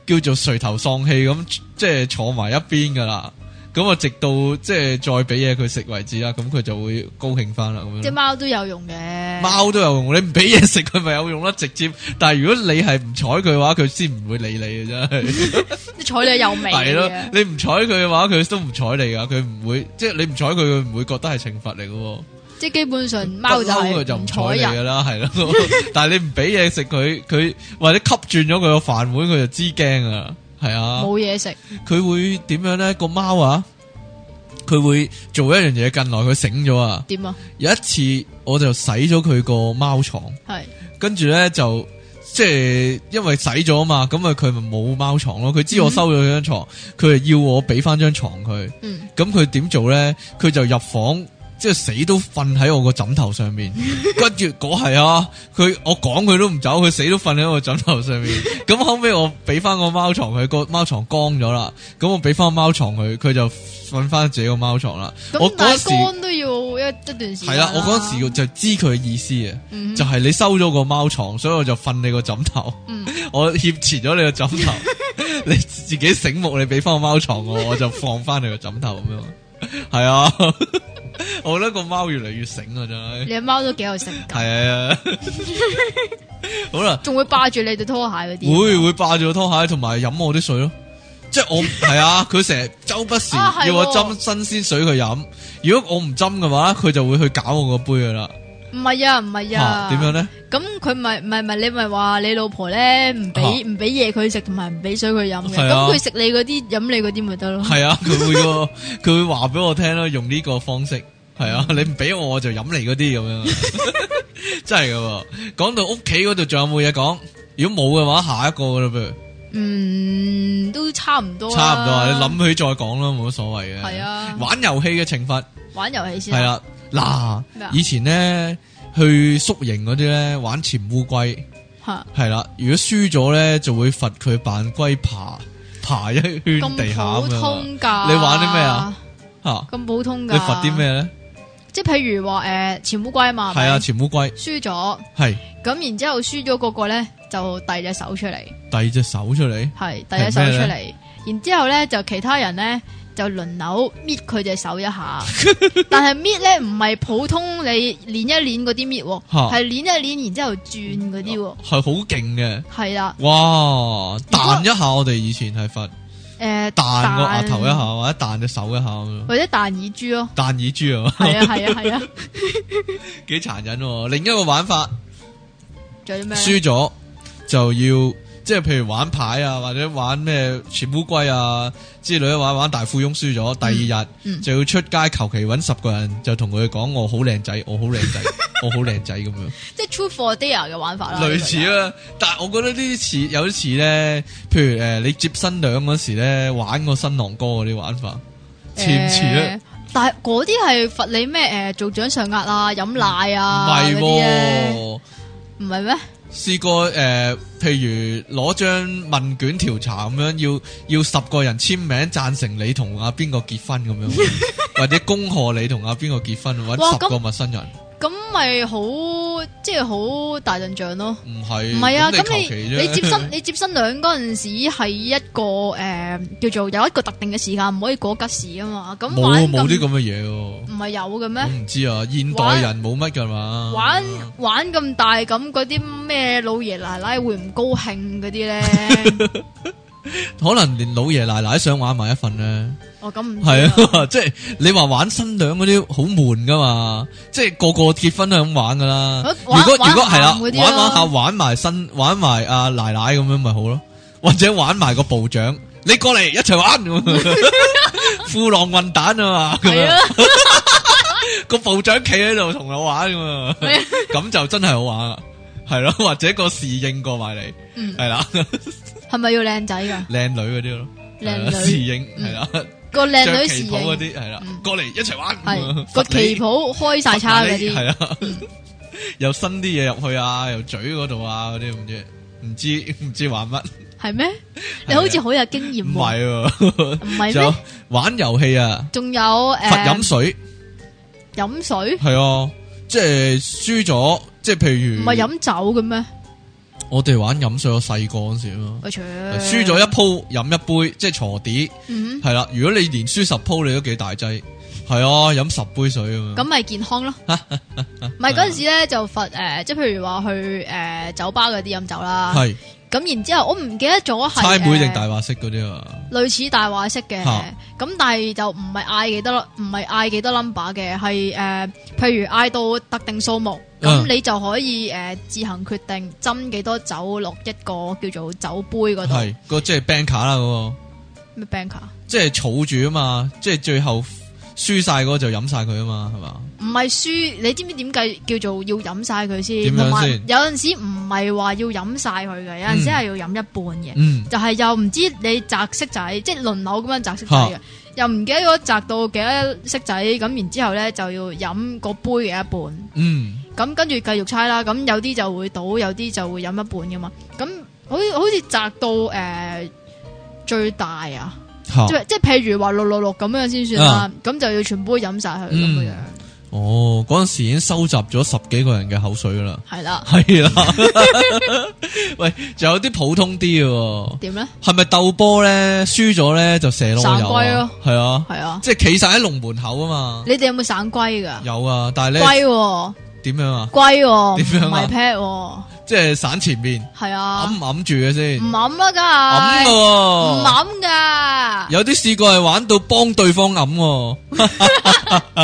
B: 叫做垂頭喪氣咁，即係坐埋一邊噶啦，咁啊直到即係再俾嘢佢食為止啦，咁佢就會高興翻啦咁
A: 隻
B: 樣。
A: 貓都有用嘅。
B: 貓都有用，你唔俾嘢食佢咪有用啦，直接。但係如果你係唔睬佢嘅話，佢先唔會理你嘅啊真係。
A: 你睬你有味
B: 系咯
A: 嘅，。
B: 你唔睬佢嘅話，佢都唔睬你噶，佢唔會即係你唔睬佢，佢唔會覺得係懲罰嚟嘅喎。
A: 即係基本上貓就
B: 不嬲
A: 係
B: 佢啊就唔睬
A: 睬
B: 你
A: 人
B: 噶。啦， 係咯。但係你唔俾嘢食佢，佢或者吸轉咗佢個飯碗，佢就知驚啊。係啊，
A: 冇嘢食，
B: 佢會點樣咧？個貓啊，佢會做一樣嘢。近來佢醒咗啊！
A: 點啊？
B: 有一次我就洗咗佢個貓床，
A: 係
B: 跟住咧就即係因為洗咗啊嘛，咁啊佢咪冇貓床咯。佢知我收咗佢張床，佢就要我俾翻張床佢。
A: 嗯，
B: 咁佢點做咧？佢就入房，即係死都瞓喺我個枕頭 上面。跟住嗰係啊，佢我講佢都唔走，佢死都瞓喺我枕頭上面。咁後尾我俾翻個貓床佢，個貓床乾咗啦。咁我俾翻個貓床佢，佢就瞓翻自己個貓床啦。我
A: 咁
B: 嗰
A: 但係
B: 時
A: 乾都要一一段時間。
B: 係啦，我嗰時就知佢意思啊，
A: 嗯
B: 就係你收咗個貓床，所以我就瞓你個枕頭。
A: 嗯
B: 我挟持咗你個枕頭， 你自己醒目，你俾翻個貓床我，我就放翻你個枕頭咁樣。係啊， 我覺得個貓越嚟越醒啊，真 係。
A: 你隻貓都幾有性格，
B: 係啊， 好啦，
A: 仲會霸住你對拖鞋嗰啲。
B: 會會霸住個拖鞋，同埋飲我啲水咯。即係 我係啊，佢成日周不時
A: 啊係
B: 要我
A: 喎
B: 斟新鮮水佢飲。如果我唔斟嘅話，佢就會去搞我個杯噶啦。
A: 唔係啊，唔係
B: 嚇
A: 啊。
B: 點樣？咧？
A: 咁佢咪唔係唔係你咪話你老婆咧唔俾
B: 啊
A: 唔俾嘢佢食，同埋唔俾水佢飲嘅。
B: 係啊
A: 咁佢食你嗰啲，飲你嗰啲咪得咯。
B: 係啊，佢會 喎，佢會話俾我聽咯，用呢個方式。係
A: 嗯
B: 啊，你唔俾我，我就飲你嗰啲咁樣， 真係噶。講到屋企嗰度，仲有冇嘢講？如果冇嘅話，下一個噶啦，不如
A: 嗯，都差唔多啦。
B: 差唔多啊。你諗起再講啦，冇乜所謂嘅。
A: 係啊
B: 玩遊戲嘅懲罰
A: 玩遊戲先
B: 係
A: 啊。
B: 啦。嗱
A: 咩啊，
B: 以前咧去宿營嗰啲咧玩潛烏龜，
A: 嚇
B: 係啦。如果輸咗咧，就會罰佢扮龜爬爬一圈
A: 咁
B: 地下
A: 普
B: 咁樣啊
A: 通噶。
B: 你玩啲咩啊？啊。
A: 咁普通
B: 吓，
A: 噶。
B: 你罰啲？咩咧？
A: 即係譬如話誒，潛烏龜啊嘛，係
B: 係
A: 咪
B: 啊，潛烏龜
A: 輸咗，
B: 係。
A: 咁然之後輸咗嗰個咧就遞隻手出嚟，
B: 第二隻手出嚟，
A: 係遞隻手出嚟，然之後咧就其他人咧就輪流搣佢隻手一 下，但係搣咧唔係普通你捻一捻嗰啲搣喎，
B: 嚇
A: 係捻一捻然之後轉嗰啲喎，
B: 係好勁嘅。
A: 係啦，
B: 哇！
A: 果
B: 彈一下，我哋以前係罰
A: 誒
B: 彈個額頭一下，，或者彈隻手一下咁樣，
A: 或者彈耳珠 咯，
B: 彈耳珠啊，
A: 係啊係啊係啊，
B: 幾殘忍喎！另一個玩法，
A: 仲有啲咩啊咧？
B: 輸咗就要即係譬如玩牌啊，或者玩咩潛烏龜啊之類，玩玩大富翁輸咗，第二日
A: 嗯嗯
B: 就要出街，求其揾十個人就同佢講我好靚仔，我好靚仔，我好靚仔咁樣。
A: 即係 True for Dare 嘅玩法啦，
B: 類似啊
A: 啊
B: 啦，但係我覺得呢啲似有啲似咧，譬如誒、呃你接新娘嗰時咧，玩個新郎哥嗰啲玩法，似唔似啊咧
A: 誒？但係嗰啲係罰你咩？誒，做掌上壓啊，飲奶
B: 唔
A: 啊，
B: 係
A: 嗰啲啊咧，
B: 喎，
A: 唔係咩？
B: 試過誒、呃譬如攞張問卷調查咁樣，要要十個人簽名贊成你同阿邊個結婚咁 樣，或者恭賀你同阿邊個結婚，
A: 哇
B: 揾十個
A: 咁
B: 陌生人，
A: 咁咪好，即係好大陣仗咯。
B: 唔係
A: 唔係啊，咁
B: 咁
A: 你
B: 求其啫
A: 你 接新你接新娘嗰陣時係一個誒、叫做有一個特定嘅時間，唔可以過吉時啊嘛。咁
B: 冇
A: 玩
B: 冇啲
A: 咁
B: 咁嘅嘢喎。
A: 唔係有嘅
B: 我
A: 咩？
B: 唔知啊，現代
A: 玩
B: 人冇乜噶嘛。
A: 玩玩咁大咁嗰啲咩老爺奶奶會唔高興嗰啲 咧？
B: 可能連老爺奶奶想玩埋一份咧，
A: 我咁唔知
B: 係啊，即係你話玩新娘嗰啲好悶噶嘛，即係個個結婚都係咁玩噶啦。如
A: 玩
B: 果
A: 玩
B: 如果係啦，
A: 鹹嗰啲
B: 玩
A: 咯
B: 玩下玩埋新玩埋阿奶奶咁樣咪好咯，或者玩埋個部長，你過嚟一齊玩咁樣， 富浪混蛋啊嘛，咁
A: 係啊
B: 樣，個部長企喺度同我玩咁啊，
A: 係啊
B: 咁就真係好玩啦，係咯，或者個侍應過埋嚟，
A: 嗯
B: 係啦，
A: 係咪要靚仔噶？
B: 靚女嗰啲咯，
A: 靚女
B: 係啦侍應
A: 嗯
B: 係啦。
A: 个靓
B: 着
A: 女
B: 旗
A: 侍
B: 袍嗰
A: 應
B: 啲係啦
A: 嗯，
B: 過嚟一齊玩嗯咁
A: 系
B: 樣，
A: 个
B: 罰你
A: 旗袍开晒叉嗰
B: 系
A: 啲，
B: 啦，又伸啊啲嘢入去啊，又嘴嗰度啊，嗰啲唔知唔知唔知玩乜，
A: 系咩？你好似好有经验
B: 唔
A: 喎，
B: 系
A: 唔系
B: 喎，就
A: 咩？
B: 玩遊戲啊，
A: 仲有诶，
B: 罰飲水
A: 饮水
B: 係啊，即係輸咗，即係譬
A: 唔
B: 如
A: 系饮酒嘅咩？
B: 我哋玩飲水，我細個嗰時咯，
A: 我除
B: 啊輸咗一鋪飲一杯，即係鋤碟
A: 嗯
B: 係啦。如果你連輸十鋪，你都幾大劑，係啊，飲十杯水
A: 咁
B: 咁樣。
A: 咪健 康咯。唔係嗰阵时咧就罰诶、呃即係譬如話去诶、呃酒吧嗰啲飲酒啦。
B: 嗯係
A: 咁然之后我唔記得咗啊係
B: 猜妹定
A: 呃
B: 大話式嗰啲啊，
A: 類似大話式嘅。
B: 嚇
A: 咁但係就唔係嗌幾多，唔係嗌幾多 number 嘅，係诶、呃譬如嗌到特定數目，咁
B: 嗯
A: 你就可以诶、呃自行決定斟幾多酒落一個叫做酒杯嗰度
B: 係個即係 bank 卡啦嗰個。
A: 咩 banker，
B: 即系储住啊嘛，即系最后输晒嗰個就饮晒佢啊嘛，系嘛？
A: 唔係輸，你知唔知點計叫做要飲晒佢
B: 點
A: 先？
B: 樣
A: 同埋
B: 先
A: 有陣時唔係話要飲晒佢嘅，有陣時
B: 嗯
A: 係要飲一半嘅。
B: 嗯，
A: 就係又唔知你擲色仔，即係輪流咁樣擲色仔嘅，又唔記得咗擲到幾多色仔，咁然之後咧就要飲個杯嘅一
B: 嗯，
A: 半，咁跟住繼續猜啦，咁有啲就會倒，有啲就會飲一半嘅嘛，咁好似好似擲到誒、呃最大啊，
B: 吓
A: 即係即係譬如話六六六咁樣先算
B: 啊
A: 啦，咁、就要全杯飲晒佢
B: 嗯
A: 咁樣，
B: 哦，嗰阵时已经收集咗十几个人嘅口水㗎啦，
A: 係啦，
B: 系啦。 喂，仲有啲普通啲嘅喎，
A: 點咧？
B: 系咪斗波咧？输咗咧就射
A: 散
B: 攞油
A: 龜咯
B: 啊？系啊，
A: 係啊，
B: 即系企晒喺龍門口啊嘛。
A: 你哋有冇散龜㗎？
B: 有啊，但系咧
A: 龜喎，
B: 點樣啊？
A: 龜喎，唔
B: 點樣啊
A: 係 pad 喎，
B: 即係散前面，
A: 係啊
B: 揞。唔揞住嘅先
A: 唔，揞啦，梗
B: 揞
A: 係唔
B: 噶，
A: 揞噶，
B: 有啲試過係玩到幫對方揞喎，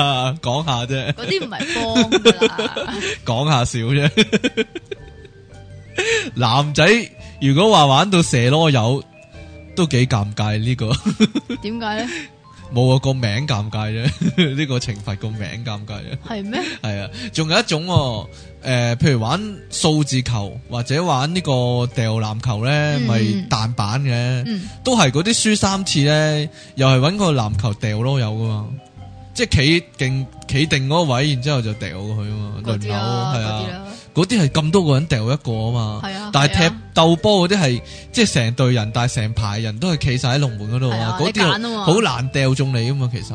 B: 講下啫。
A: 嗰啲唔係幫噶 啦，
B: 讲下笑啫。 男仔如果话玩到射啰柚，都几尴尬呢、個，个，
A: 點解咧？
B: 冇啊个名尴尬啫， 呢个惩罚个名尴尬啫，
A: 係咩？
B: 系啊，仲有一种喎诶、譬如玩数字球或者玩呢个掉篮球咧，
A: 嗯
B: 咪彈板嘅，
A: 嗯，
B: 都系嗰啲输三次咧，又系搵个篮球掉啰柚噶嘛，即系企定企定嗰個位，然之后就掉過去啊嘛，
A: 嗰
B: 輪
A: 啲
B: 流
A: 啦，
B: 係
A: 嗰
B: 啊
A: 啲。啦，
B: 嗰啲係咁多個人掉一個啊嘛，
A: 係啊
B: 但係
A: 係
B: 踢
A: 啊
B: 鬥波嗰啲係即係成隊人，但係成排人都係企晒喺龍門嗰度
A: 係啊
B: 啊，
A: 你
B: 嗰
A: 揀啊
B: 啲
A: 嘛
B: 好難掉中你啊嘛，其實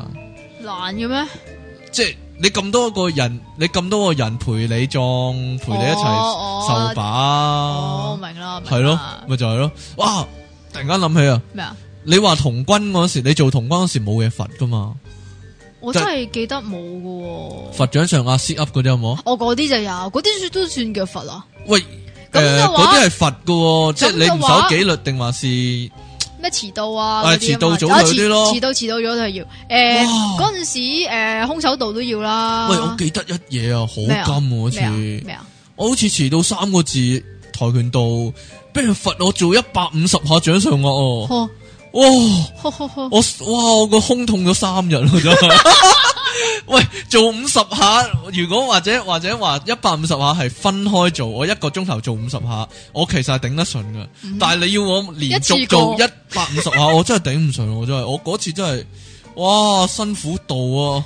A: 難嘅
B: 啊
A: 咩？
B: 即係你咁多個人，你咁多個人陪你撞，陪你一
A: 哦
B: 齊
A: 哦
B: 受把，
A: 哦，明啦，明啦
B: 係咯，咪就係咯，哇！突然間諗起啊，
A: 咩啊？
B: 你話童軍嗰時，你做童軍嗰時冇嘢罰噶嘛？
A: 我真係記得冇嘅喎，
B: 罰掌上壓 sit up 嗰啲有冇？
A: 我嗰啲就有，嗰啲都算叫罰啊，
B: 啊喂，
A: 咁
B: 誒
A: 嘅
B: 嗰
A: 話
B: 啲係罰噶喎，即係你唔
A: 咁嘅
B: 守
A: 話
B: 紀律定還是？
A: 咩遲到啊，
B: 啊
A: 嗰啲啊嘛
B: 遲到早
A: 啊
B: 退啲咯
A: 遲遲到遲到咗都係要，誒
B: 哇
A: 嗰陣時誒空手道都要啦，
B: 喂，我記得一嘢啊，好
A: 咩啊
B: 金喎
A: 咩
B: 好
A: 啊
B: 似
A: 咩啊？
B: 我好似遲到三個字跆拳道，俾人罰我做一百五十下掌上壓哦，
A: 呵
B: 哇！
A: 呵呵呵，
B: 我哇我個胸痛咗三日咯， 真係。喂，做五十下，如果或者或者話一百五十下係分開做，我一個鐘頭做五十下，我其實係頂得順噶。但係你要我
A: 嗯
B: 連
A: 一
B: 續
A: 次過
B: 做一百五十下， 我真係頂唔順，我真係，我嗰次真係，哇，辛苦到啊，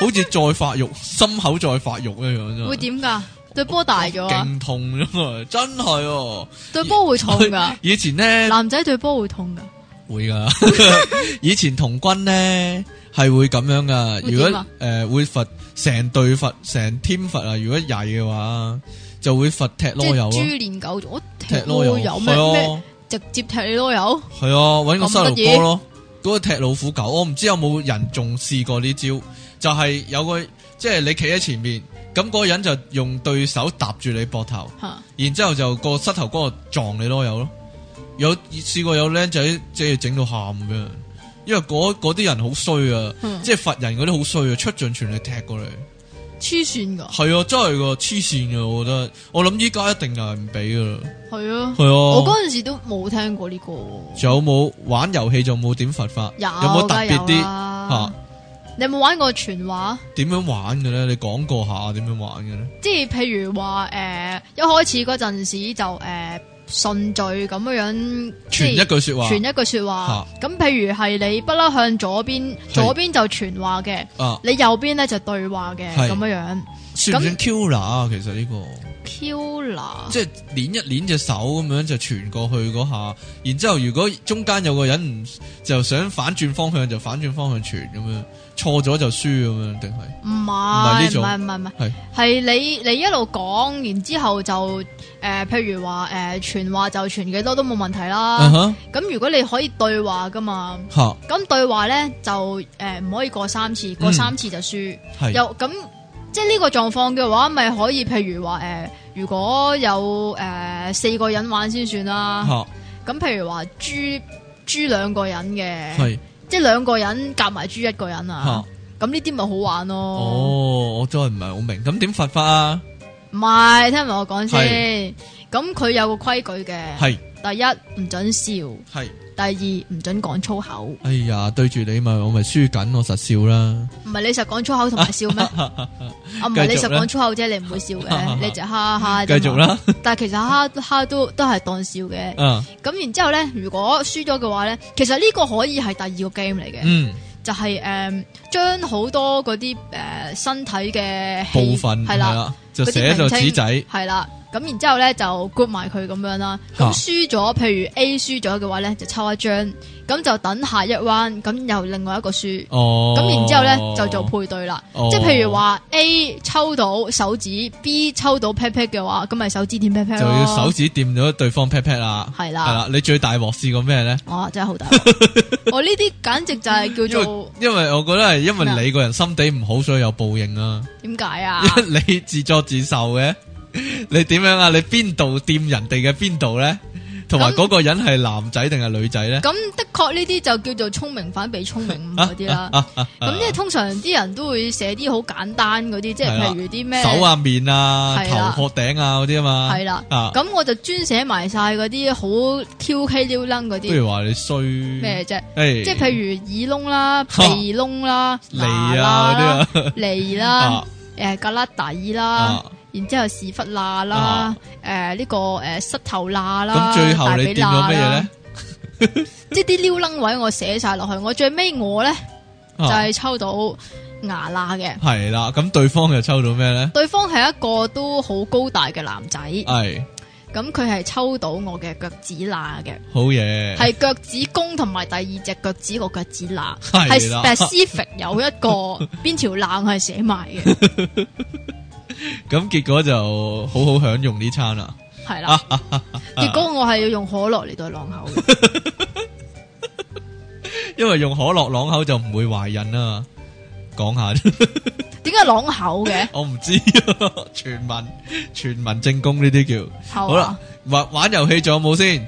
B: 好似再發育， 心口再發育一樣真
A: 會
B: 係，
A: 點㗎？對波大咗啊，
B: 勁痛啫嘛，真係哦。
A: 對波會痛㗎。
B: 以前咧
A: 男仔對波會痛噶，
B: 会噶， 以前童軍咧係會咁樣噶。
A: 會
B: 如果
A: 點
B: 诶、
A: 啊
B: 呃、会罚成隊罰成 team 罰啊，如果曳嘅話，就會罰踢
A: 即
B: 啰
A: 係
B: 柚
A: 珠
B: 啊，
A: 連九族，我踢
B: 踢
A: 啰
B: 啰柚
A: 柚咩
B: 係
A: 咩，
B: 啊
A: 直接踢你啰柚，
B: 係啊，搵個
A: 咁得
B: 膝
A: 意
B: 頭哥咯，嗰、個踢老虎狗。我唔知有冇人仲試過呢招，就係有個即係你企喺前面，咁、嗰個人就用對手搭住你膊頭。
A: 吓
B: 然之后就個膝頭哥撞你咯，有咯，有試過有僆仔即係整到喊咁樣，因為嗰嗰啲人好衰啊，
A: 嗯
B: 即係罰人嗰啲好衰啊，出盡全力踢過嚟，
A: 黐線噶，
B: 係啊，真係噶，黐線噶，我覺得，我諗依家一定係唔俾噶啦，
A: 係啊，
B: 係啊，
A: 我嗰陣時都冇聽過呢個喎，
B: 仲有冇玩遊戲就冇點罰法，
A: 有啊
B: 冇特別
A: 別
B: 啲
A: 啲
B: 嚇
A: 你有冇玩過傳話？
B: 點樣玩嘅咧？你講過下點樣玩嘅咧？
A: 即係譬如話誒，一開始嗰陣時就誒順序咁樣样，
B: 傳
A: 即係
B: 一句说話
A: 傳一句说話。咁譬如係你不嬲向左邊，左邊就傳話嘅，
B: 啊，
A: 你右邊咧就對話嘅
B: 係
A: 咁樣样。
B: 算唔算 Q 啊？其實呢個
A: Killer
B: 即係捻一捻隻手咁樣就傳過去嗰下，然之后如果中間有個人唔就想反轉方向就反轉方向傳咁樣，錯咗就輸咁樣定係
A: 唔
B: 係呢
A: 係唔
B: 種
A: 係唔係唔係，
B: 係
A: 係你你一路講，然之后就诶、呃譬如話诶传话就傳幾多都冇問題
B: 啊
A: 啦。
B: 哈
A: 咁、如果你可以對話噶嘛，
B: 吓
A: 咁對話咧就诶唔、可以過三次，過
B: 嗯
A: 三次就輸。
B: 係
A: 又咁即系呢個狀況嘅話，咪可以譬如話诶、呃如果有诶、呃四個人玩先算啦。
B: 吓
A: 咁譬如話豬豬兩個人嘅，
B: 係
A: 即系兩個人夾埋豬一個人
B: 吓
A: 啊。咁呢啲咪好玩咯。
B: 哦，我真係唔係好明，咁點罰法啊？
A: 唔係，聽埋我講先。咁佢有個規矩嘅，
B: 係
A: 第一唔准笑，第
B: 係。
A: 二唔准講粗口。唔
B: 哎呀，對住你咪我咪輸緊，我實笑啦。
A: 係你實講粗口同埋笑 咩？啊，唔係你
B: 繼
A: 實
B: 續啦
A: 講粗口啫，你唔會笑 嘅，你就哈哈。
B: 繼續。啦，
A: 但系其實哈哈都都係當笑嘅。
B: 嗯
A: 咁然之后咧，如果輸咗嘅話咧，其實呢個可以係第二個 game 嚟嘅，
B: 嗯，
A: 就係诶將好多嗰啲诶身體嘅器
B: 部分
A: 係
B: 係
A: 啦。
B: 啦，就寫咗紙仔，
A: 系啦，咁然之后咧就 group 埋佢咁樣啦。
B: 嚇
A: 咁輸咗，譬如 A 輸咗嘅話咧，就抽一張，咁就等下一彎，咁又另外一個輸，
B: 哦，
A: 咁然之后咧就做配對啦。
B: 哦
A: 即係譬如話 A 抽到手指，B 抽到 pat pat 嘅話，咁咪手指點 pat pat
B: 就要手
A: 咯。
B: 指掂咗對方 pat pat 啦，
A: 係
B: 係
A: 啦，
B: 啦，你最大鑊試過咩咧？
A: 哇，真係 好大鑊！我呢啲簡直就係
B: 因
A: 叫
B: 為
A: 做
B: 因為我覺得係因
A: 咩啊
B: 為你個人心地唔好，所以有報應啊！
A: 點解 啊？
B: 你自作自受嘅，你點樣啊？你邊度掂人哋嘅邊度咧？同埋
A: 咁
B: 嗰個人係男仔定係女仔咧？
A: 咁的確呢啲就叫做聰明反被聰明誤嗰啲
B: 啊
A: 啦。咁即係通常啲人都會寫啲好簡單嗰啲，即係
B: 係啦
A: 譬如啲咩
B: 手啊、面啊、
A: 係啦
B: 頭殼頂啊嗰啲啊嘛，
A: 係啦
B: 啊，
A: 咁我就專寫埋晒嗰啲好 QK 撩楞嗰
B: 不
A: 啲
B: 如話你衰
A: 咩？啫，
B: 誒，
A: 即係譬如耳窿啦、鼻窿 啦、
B: 嚟
A: 牙
B: 啊嗰啲
A: 啦
B: 啊、
A: 脷
B: 啊
A: 啦、誒格拉底啦，
B: 啊，
A: 然之後屎忽罅啦
B: 啊、
A: 誒呢個誒膝頭罅啦、
B: 咁最後
A: 大
B: 你
A: 髀
B: 掂咗
A: 罅
B: 咩嘢
A: 啦
B: 咧？？
A: 即係啲撩楞位我寫晒落去，我最尾我咧就
B: 啊
A: 係抽到牙罅嘅。
B: 系啦，咁對方又抽到咩咧？
A: 對方係一個都好高大嘅男仔，
B: 係
A: 咁佢係抽到我嘅腳趾罅嘅，
B: 好嘢，
A: 係腳趾公同埋第二隻腳趾個腳趾罅，係
B: 係啦
A: specific 有一 個邊條罅係寫埋嘅，
B: 咁結果就好好享用呢餐啦。
A: 係 啦。結果我係要用可樂嚟到啷口嘅，
B: 因為用可樂朗口就唔會懷孕啊嘛。講下 啫，
A: 點解啷口嘅？
B: 我唔知 啊，全民全民正功呢啲叫。好
A: 好啊
B: 啦，，玩玩遊戲仲有冇先？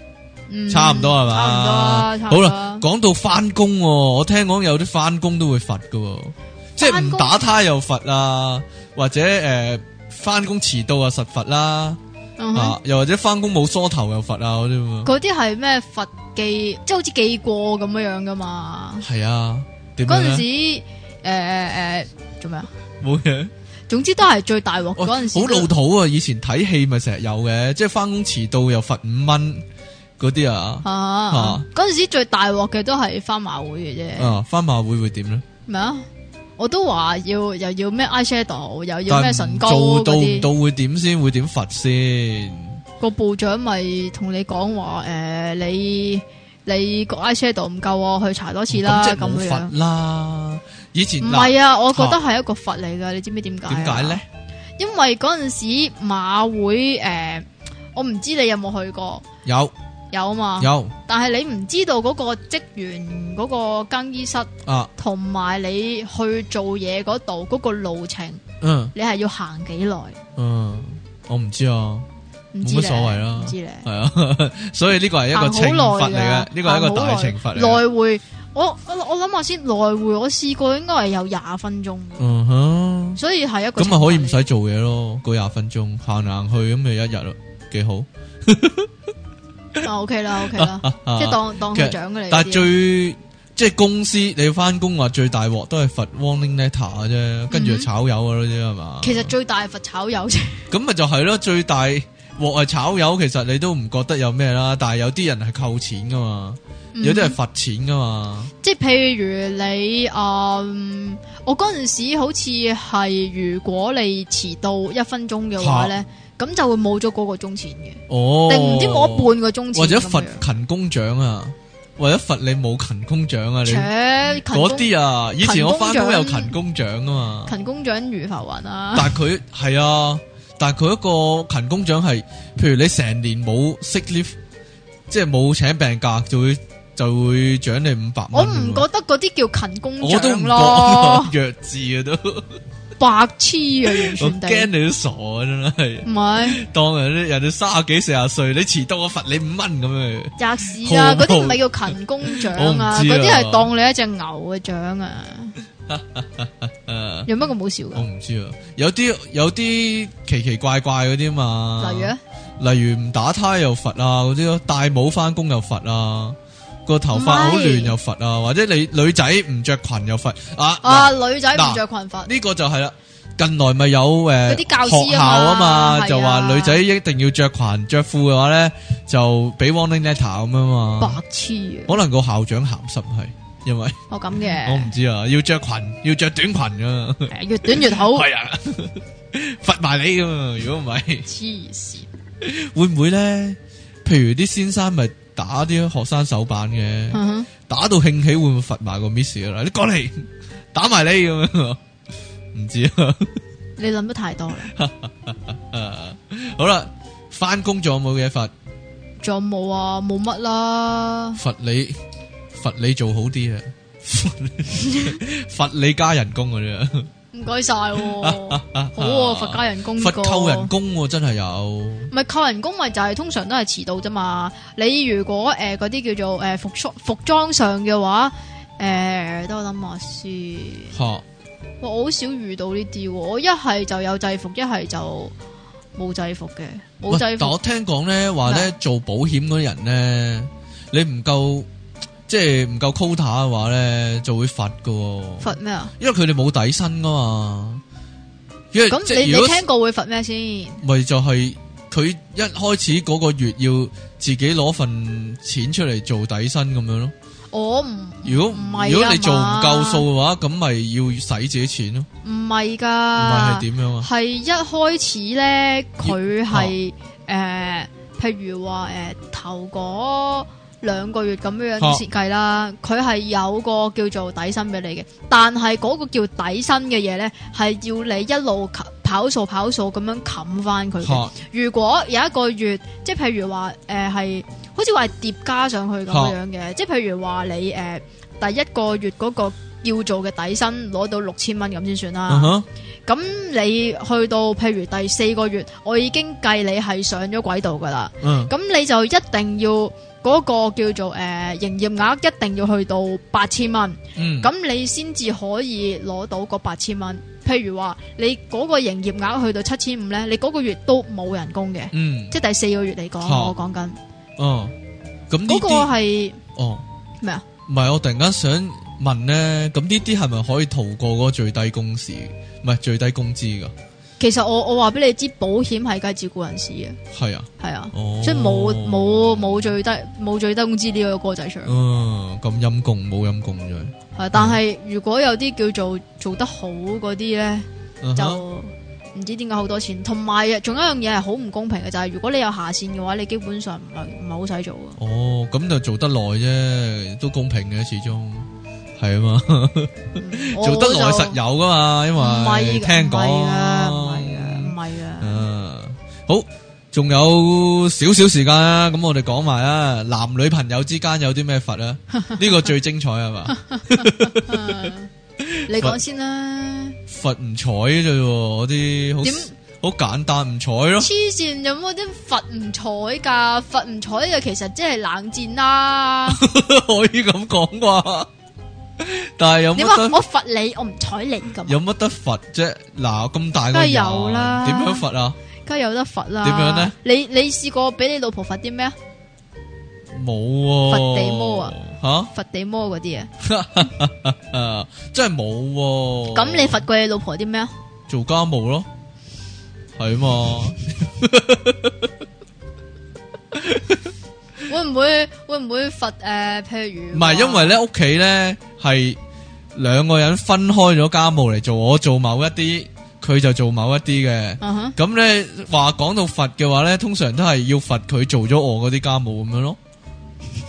A: 嗯
B: 差唔多係嘛？
A: 差唔多啊，差唔
B: 好
A: 多
B: 啦，，講到翻工喎，我聽講有啲翻工都會罰噶、喎，即係
A: 返
B: 唔
A: 工
B: 打他又罰啊，或者诶翻工遲到啊實罰啦、
A: 嗯哼
B: 啊，又或者翻工冇梳頭又罰啊嗰啲嘛。
A: 嗰啲係咩佛記，即係好似記過咁樣樣噶嘛？
B: 係啊，點
A: 嗰
B: 樣
A: 陣
B: 咧？
A: 時，誒誒做咩啊？
B: 冇嘢。
A: 總之都係最大鑊嗰陣時
B: 哦好
A: 都。
B: 老土啊！以前睇戲咪成日有嘅，即係翻工遲到又罰五蚊嗰啲啊。
A: 啊
B: 啊！
A: 嗰阵时最大鑊嘅都係翻馬會嘅啫，
B: 啊，翻馬會會點咧？
A: 咩啊？我都話要又要咩 eyeshadow，又要
B: 但
A: 咩
B: 係
A: 唇
B: 唔
A: 膏嗰
B: 做到唔
A: 啲，
B: 到會點先？會點罰先？
A: 個部長咪同你講話诶，誒你你個 eyeshadow 唔夠啊，去查多次啦
B: 咁即係
A: 咁
B: 冇
A: 樣。
B: 罰啦。以前
A: 唔
B: 嗱
A: 係啊，我覺得係一個罰嚟㗎，你知唔知點解？啊
B: 點解咧？？
A: 因為嗰阵时马会诶，我唔知你有冇去過，
B: 有
A: 有啊嘛。
B: 有
A: 但係你唔知道嗰個職員嗰個更衣室。
B: 啊，
A: 同埋你去做嘢嗰度嗰個路程，
B: 嗯
A: 你係要行幾耐？
B: 嗯，我唔知啊，
A: 唔
B: 冇
A: 知
B: 乜
A: 咧
B: 所謂啦
A: 唔知咧，
B: 係啊， 所以呢個係一個懲
A: 行好
B: 罰嚟
A: 耐
B: 嘅，呢個係一個大懲罰嚟嘅。
A: 來回我我我諗下先，來回我試過應該係有廿分鐘，
B: 嗯哼，
A: 所以係一個
B: 咁咪可以唔
A: 懲罰嚟
B: 使做嘢咯，嗰廿分鐘行行去咁咪一日咯，幾好。
A: 嘅啊 OK 啦 OK 啦，
B: 啊
A: 即係當當
B: 其實
A: 佢獎嘅你。
B: 但系最即系公司你翻工話最大鑊都係罰 warning letter 啫，跟住就
A: 嗯
B: 炒友噶咯啫係嘛？
A: 其實最大係罰炒友啫，
B: 咁咪就係咯，最大镬系炒友，其實你都唔覺得有咩啦，但係有啲人係扣錢噶嘛，
A: 嗯
B: 有啲係罰錢噶嘛，
A: 即系譬如你嗯，我嗰阵时好似系如果你迟到一分钟嘅话咧，咁就会冇咗嗰个钟钱嘅，
B: 哦，
A: 定唔知冇咗半个钟钱
B: 或者
A: 咁
B: 罰
A: 樣
B: 勤工獎啊，或者罰你冇勤工獎啊，你
A: 切勤工
B: 嗰啲啊，以前我翻
A: 勤
B: 工
A: 工獎
B: 有勤工獎啊嘛，
A: 勤工獎如浮雲啊，
B: 但係佢係啊，但係佢一個勤工獎係，譬如你成年冇 sick leave，即係冇請病假，就會就會獎你五百蚊。
A: 我唔覺得嗰啲叫勤工
B: 我都唔
A: 獎
B: 覺
A: 咯
B: 啊，，弱智啊都，
A: 白痴啊，完
B: 我
A: 全
B: 驚
A: 地，
B: 你都傻啊真係，
A: 唔係
B: 當人啲人哋三十幾四十歲，你遲到我罰你五蚊咁樣。
A: 吔屎啦！
B: 好
A: 嗰啲唔係叫勤工獎啊，
B: 我唔知啊
A: 嗰啲係當你一隻牛嘅獎 啊，
B: 誒，
A: 有乜咁好笑
B: 我
A: 噶？
B: 唔知啊，有啲有啲奇奇怪怪嗰啲嘛，
A: 例如啊咧，
B: 例如唔打呔又罰啊，嗰啲咯，戴帽翻工又罰啊，個頭髮好亂又罰啊，或者你女仔唔着裙又罰啊。
A: 啊
B: 嗱
A: 女仔唔
B: 嗱嗯
A: 着裙發，
B: 呢個就係啦，近來咪有誒
A: 嗰啲教
B: 學
A: 師
B: 校
A: 啊
B: 啊
A: 嘛
B: 嘛，就
A: 係啊
B: 話女仔一定要着裙着褲嘅話咧，就俾 warning letter 咁樣
A: 白
B: 嘛。
A: 痴啊！
B: 可能個校長鹹濕係，因為
A: 我咁
B: 我
A: 嘅
B: 唔，知啊，要着裙，要着短裙啊，
A: 係越短越好，
B: 係啊，罰埋你咁啊，如果唔係。
A: 黐線
B: 会唔会咧？譬如啲先生咪打啲学生手板嘅，
A: 嗯哼
B: 打到兴起会唔会罚埋个 miss 噶啦？你过嚟 打埋你咁样， 唔知啊。
A: 你諗得太多啦，
B: 诶，好啦，翻工仲有冇嘢罚？
A: 仲有冇啊？冇乜啦，
B: 罚你，罚你做好啲啊！ 罚你加人工嗰啲啊，
A: 唔該晒 喎。好啊，佛家人工
B: 罚
A: 個
B: 扣人工喎，真系有
A: 唔係扣人工咪就係通常都係遲到啫嘛。你如果誒嗰啲叫做誒、呃服裝服裝上嘅話，誒、呃、等我諗下先。
B: 吓。
A: 哇我好少遇到呢啲喎，我一係就有制服，一係就冇制服嘅，冇
B: 喂
A: 制
B: 但
A: 服
B: 我
A: 啊
B: 聽講咧，話咧做保險嗰啲人咧，你唔夠即係唔夠 quota 嘅話咧，就會罰噶、喎。
A: 罰咩啊？
B: 因為佢哋冇底薪噶嘛。因為即
A: 咁
B: 係
A: 你
B: 如
A: 你
B: 果
A: 聽過會罰咩先？
B: 咪就係佢一開始嗰個月要自己攞份錢出嚟做底薪咁樣咯。
A: 我唔
B: 如果
A: 唔係啊
B: 如果你做唔
A: 嘛
B: 夠數嘅話，咁咪要使自己錢咯。
A: 唔係
B: 唔係係
A: 㗎，
B: 點樣啊？
A: 係一開始咧，佢
B: 要
A: 係
B: 啊
A: 誒，譬如話誒、呃、頭嗰兩個月咁樣樣
B: 啊
A: 設計啦，佢係有個叫做底薪俾你嘅，但係嗰個叫底薪嘅嘢咧，係要你一路冚跑數跑數咁樣冚翻佢嘅。
B: 嚇
A: 如果有一個月，即係譬如話誒係，好似話係疊加上去咁樣樣
B: 啊
A: 嘅，即係譬如話你誒、呃第一個月嗰個叫做嘅底薪攞到六千蚊咁先算啦。
B: 嗯哼
A: 咁你去到譬如第四個月，我已經計你係上咗軌道噶啦。
B: 嗯
A: 咁你就一定要嗰個叫做誒、呃、營業額一定要去到八千蚊，
B: 嗯
A: 咁你先至可以攞到嗰八千蚊。譬如話你嗰個營業額去到七千五咧，你嗰個月都冇人工嘅，
B: 嗯
A: 即係第四個月嚟講，
B: 嚇
A: 我講緊
B: 哦，咁呢
A: 嗰個
B: 啲
A: 係
B: 哦。
A: 咩啊？
B: 唔係，我突然間想問咧，咁呢啲係咪可以逃過嗰個最低工時？唔係最低工資噶？
A: 其實我我話俾你知，保險係梗係照顧人士嘅，
B: 係啊，
A: 係啊，
B: 哦，
A: 所以冇冇冇最低冇最低工資呢個歌仔唱。
B: 嗯，咁陰公冇陰公啫，
A: 啊！但係如果有啲叫做做得好嗰啲咧，
B: 嗯
A: 就
B: 哼
A: 唔知點解好多錢。同埋啊，仲有一樣嘢係好唔公平嘅，就係、如果你有下線嘅話，你基本上唔係唔係好使做啊嘅。
B: 哦，咁就做得耐啫，都公平嘅，始終係啊嘛，
A: 嗯
B: 做得耐
A: 我就
B: 實有噶嘛，因
A: 唔
B: 為
A: 係嘅
B: 聽講
A: 唔係嘅，唔係嘅，唔係嘅。
B: 嗯，好，仲有少少時間啦，咁我哋講埋啊，男女朋友之間有啲咩罰 啊？呢個最精彩係嘛？
A: 嗯你講先啦，
B: 罚唔睬啫喎，嗰啲
A: 點
B: 好好簡單唔睬咯，
A: 黐線有冇啲罰唔彩㗎？罰唔彩嘅其實即係冷戰 啦。
B: 可以咁講啩？但係有
A: 你話
B: 乜得
A: 我罰你，我唔睬你咁
B: 啊有
A: 啊，
B: 乜得罰啫？嗱，咁大
A: 梗係
B: 個人
A: 有啦
B: 點樣罰啊？
A: 梗係有得罰啦。
B: 點樣呢？
A: 你你試過俾你老婆罰啲咩啊？
B: 冇喎，
A: 罰地魔啊
B: 啊
A: 罰地魔嗰啲啊？
B: 吓诶，真係冇喎。
A: 咁你罰過你老婆啲咩啊？
B: 做家務咯，係嘛？
A: 會唔會會唔會罰诶？譬如
B: 唔係，因為咧屋企咧係兩個人分開咗家務嚟做，我做某一啲，佢就做某一啲嘅。
A: 啊哈
B: 咁咧話講到罰嘅話咧，通常都係要罰佢做咗我嗰啲家務咁樣咯。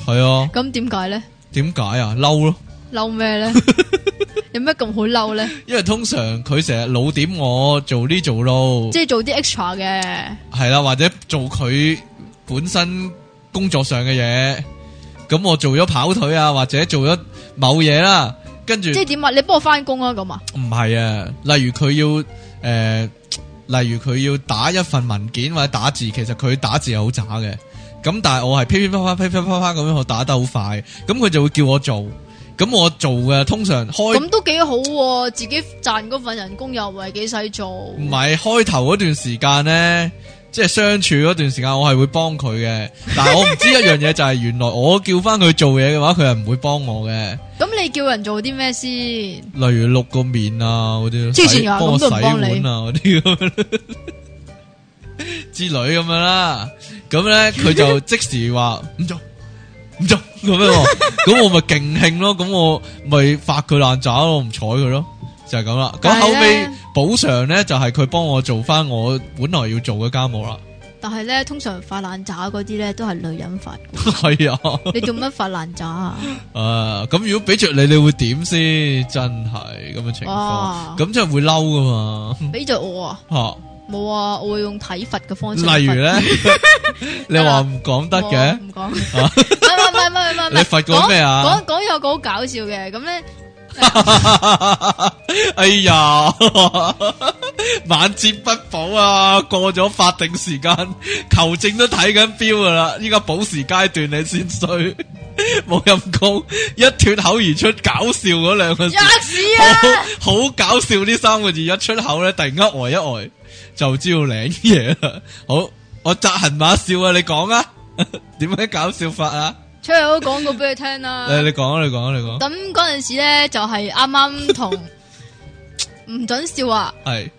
B: 係啊，
A: 咁點解咧？
B: 點解啊？嬲咯，
A: 嬲咩咧？有咩咁好嬲咧？
B: 因為通常佢成日老點我做呢做路，
A: 即係做啲 extra 嘅，
B: 係啦，或者做佢本身工作上嘅嘢。咁我做咗跑腿啊，或者做咗某嘢啦，跟住
A: 即係點啊？你幫我翻工啊咁啊？
B: 唔系啊，例如佢要诶、例如佢要打一份文件或者打字，其實佢打字係好渣嘅。咁但係我係噼噼啪啪噼噼啪啪咁樣，我打得好快，咁佢就會叫我做。咁我做嘅通常開
A: 咁都幾好喎，自己賺嗰份人工又唔係幾使做，
B: 唔係開頭嗰段時間呢，即係相處嗰段時間，我係會幫佢嘅。但係我唔知一樣嘢就係，原來我叫翻佢做嘢嘅話，佢係唔會幫我嘅。
A: 咁你叫人做啲咩先？
B: 例如碌個面啊嗰啲，
A: 黐線㗎
B: 洗幫我
A: 咁都
B: 洗
A: 唔
B: 碗
A: 幫你
B: 啊嗰啲咁樣 之類咁樣啦。咁咧 佢就即時話唔做唔做咁樣喎，咁我咪勁興咯，咁我咪發佢爛渣咯，唔睬佢咯，就係咁啦。咁
A: 但係
B: 後尾
A: 呢
B: 補償咧就係佢幫我做翻我本來要做嘅家務啦。
A: 但係咧，通常發爛渣嗰啲咧都係女人 發，
B: 係啊，
A: 你做乜發爛渣啊？
B: 誒咁如果俾着你，你會點先？真係咁嘅情況，
A: 哇
B: 咁真係會嬲噶嘛
A: 俾着我啊？
B: 嚇。
A: 冇啊，我會用體罰嘅方式。
B: 例如咧， 你話唔講得嘅，
A: 唔 講，唔係唔係唔係唔係唔係，
B: 你罰過咩啊
A: 講講講有個好搞笑嘅， 咁咧
B: 哎呀，晚節不保啊！過咗法定時間，求證都睇緊表噶啦，依家保時階段你先衰， 冇陰功，一脱口而出搞笑嗰兩個字
A: 吔，屎啊！
B: 好好搞笑呢三個字一出口咧，突然間呆一呆，就知道領嘢啦。好，我責痕馬笑啊，你講啊， 點樣搞笑法啊？
A: 出去都講過俾佢聽啦。
B: 誒，你講啊，你講啊，你講啊，
A: 咁嗰陣時咧，就係啱啱同 唔准笑啊！
B: 係。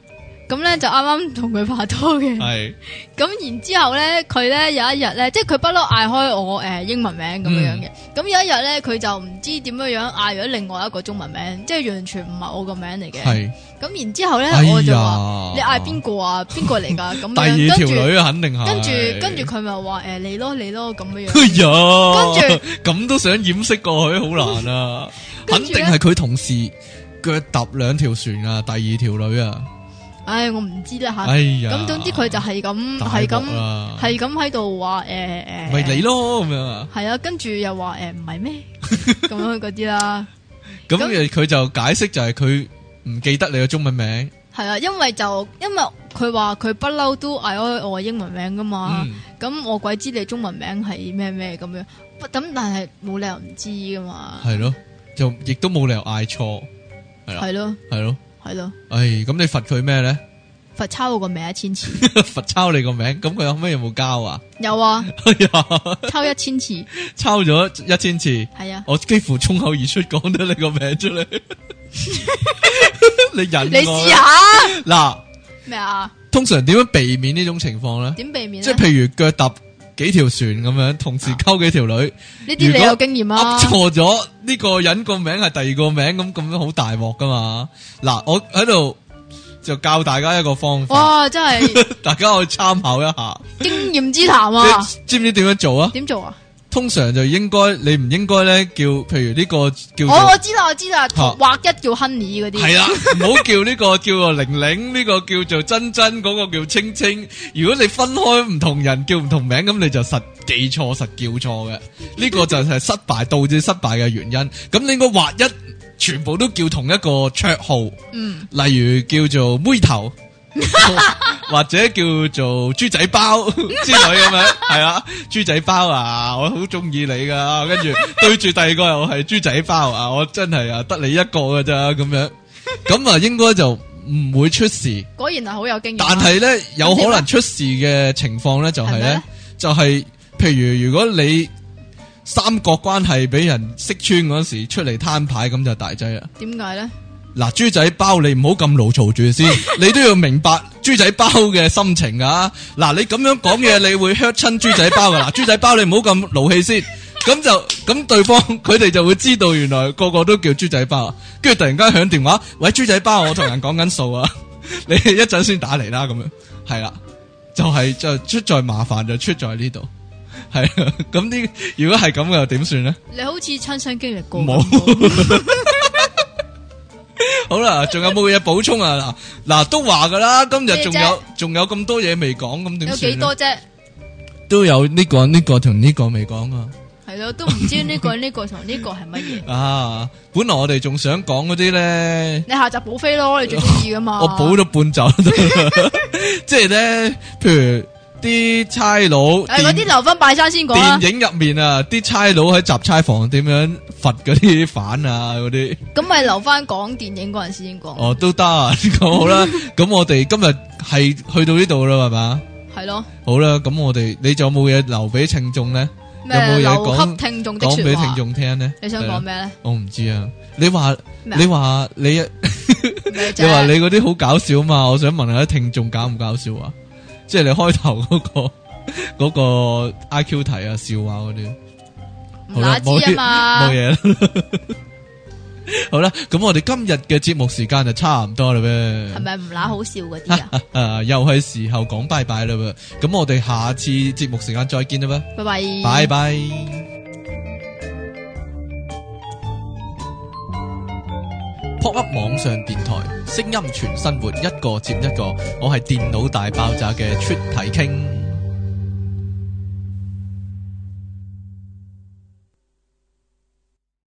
A: 咁咧就啱啱同佢拍拖嘅。
B: 系
A: 咁然之後咧，佢咧有一日咧，即係佢不嬲嗌開我诶、呃英文名咁樣樣嘅。咁、有一日咧，佢就唔知點樣樣嗌咗另外一個中文名，即係完全唔係我個名嚟嘅。
B: 系，
A: 咁然之後咧
B: 哎，呀
A: 我就話：你嗌邊個啊？邊個嚟㗎？ 咁
B: 第二
A: 樣
B: 條
A: 跟住
B: 女肯定係。
A: 跟住跟住 佢咪話诶你咯你咯咁樣樣。
B: 哎呀，
A: 跟
B: 跟住 咁都想掩飾過去，好難啊！
A: 跟
B: 肯
A: 住
B: 定
A: 咧
B: 係佢同事腳踏兩條船啊，第二條女啊，
A: 唉，我唔知啦吓。
B: 哎呀，
A: 咁總之佢就係咁
B: 大
A: 係
B: 鑊
A: 咁
B: 啦
A: 係咁喺度話诶诶。
B: 咪你咯咁樣啊，
A: 系啊，跟住又話诶唔係咩 咁樣嗰啲啦，
B: 咁
A: 咁
B: 佢就解釋就係佢唔記得你嘅中文名，
A: 係啊，因為就因為佢話佢不嬲都嗌開我英文名噶嘛，
B: 嗯
A: 咁、我鬼知你中文名係咩咩咁樣，不咁但係冇理由唔知噶嘛，
B: 係咯，就亦都冇理由嗌錯，係啊啦
A: 係咯
B: 係咯，
A: 係咯，
B: 唉，咁你罰佢咩咧？
A: 罰抄我個名一千 次，
B: 罰抄你個名，咁佢後尾有冇交啊？
A: 有啊，
B: 哎呀，
A: 抄一千次，
B: 抄咗一千次。
A: 係啊，
B: 我幾乎衝口而出講得你個名出嚟， 你啊忍
A: 你
B: 我
A: 試下
B: 嗱，
A: 咩啊？
B: 通常點樣避免呢種情況咧？
A: 點避免啊
B: 即係
A: 咧？
B: 譬如腳踏幾條船咁樣，同時溝幾條女，
A: 呢啲
B: 如
A: 你
B: 果
A: 有經驗啊
B: 噏？錯咗呢個人個名係第二個名，咁咁樣好大鑊噶嘛？嗱，我喺度就教大家一個方法，
A: 哇，真係
B: 大家可以參考一下。
A: 經驗之談啊！
B: 你知唔知點樣做啊？
A: 點做啊？
B: 通常就應該你唔應該咧叫，譬如呢個叫
A: 我
B: 做
A: 哦我知啦，我知啦，畫一叫 Honey 嗰啲。
B: 系啦，唔好叫呢个叫做玲玲，呢、個个叫做珍珍，嗰、個个叫青青。如果你分開唔同人叫唔同名，咁你就實記錯、實叫錯嘅。呢、個就係失敗導致失敗嘅原因。咁你應該劃一，全部都叫同一個绰號，
A: 嗯。
B: 例如叫做妹頭，或者叫做豬仔包之類咁樣，係啊，豬仔包啊，我好中意你噶，跟住對住第二個又係豬仔包啊，我真係啊得你一個噶咋咁樣，咁啊應該就唔會出事，
A: 果然係好有經驗啊。
B: 但係咧有可能出事嘅情況咧就係
A: 係
B: 咧
A: 咩
B: 就係譬如如果你三角關係俾人識穿嗰時出嚟攤牌咁就大劑啦。
A: 點解咧？
B: 嗱，豬仔包你唔好咁牢嘈住先，你都要明白猪仔包嘅心情啊！嗱，你咁樣講嘢，你會 hurt 親豬仔包噶。嗱，豬仔包你唔好咁勞氣先，咁就咁對方佢哋就會知道原來個個都叫豬仔包啊。跟住突然間響電話，喂，豬仔包，我同人講緊數啊， 你一陣先打嚟啦，咁樣係啦，就係、就出在麻煩就出在呢度，係啊。咁呢，如果係咁嘅又點算呢？
A: 你好似親身經歷過咁
B: 冇
A: 喎，
B: 好啦，仲有冇嘢補充啊？嗱嗱都話噶啦，今日仲
A: 咩啫
B: 有仲有咁多嘢未講，咁 點
A: 有
B: 算
A: 幾
B: 啊呢
A: 多啫？
B: 都有呢、個呢、個同呢個未講啊。
A: 係咯，都唔知呢個呢個同呢個係乜 嘢。
B: 啊，本來我哋仲想講嗰啲咧，
A: 你下集補飛咯，你最中意噶嘛？
B: 我補咗半 集，即係咧，譬如啲差佬
A: 誒嗰啲
B: 電
A: 留翻拜山先講啦。
B: 電影入面啊，啲差佬喺集差房點樣罰嗰啲犯啊嗰啲，
A: 咁咪留翻講電影嗰陣時先講，
B: 哦都得啊，咁好啦，咁我哋今日係去到呢度啦，係嘛？
A: 係咯，
B: 好啦，咁我哋你仲有冇嘢留俾聽眾咧？
A: 咩
B: 有冇嘢
A: 留
B: 講
A: 給聽眾的
B: 講俾
A: 説
B: 聽
A: 話？
B: 眾聽咧？
A: 你想
B: 係啦啊
A: 講？咩咧？
B: 我唔知啊，你話
A: 咩啊
B: 你話你。
A: 咩啫
B: 你话你嗰啲好搞笑嘛？我想问下啲听众搞唔搞笑啊？即系你开头嗰、個 个嗰、個个 I Q 题啊、笑話嗰啲，
A: 唔乸知啊
B: 冇
A: 嘛，
B: 嘢啦。 好啦，咁我哋今日嘅節目時間就差唔多啦咩？
A: 係咪唔乸好笑嗰啲啊？
B: 啊， 又係時候講拜拜啦噃。咁我哋下次節目時間再見啦噃，
A: 拜拜，
B: 拜拜。pop up 網上電台，聲音全生活，一個接一個。我係電腦大爆炸嘅出體傾。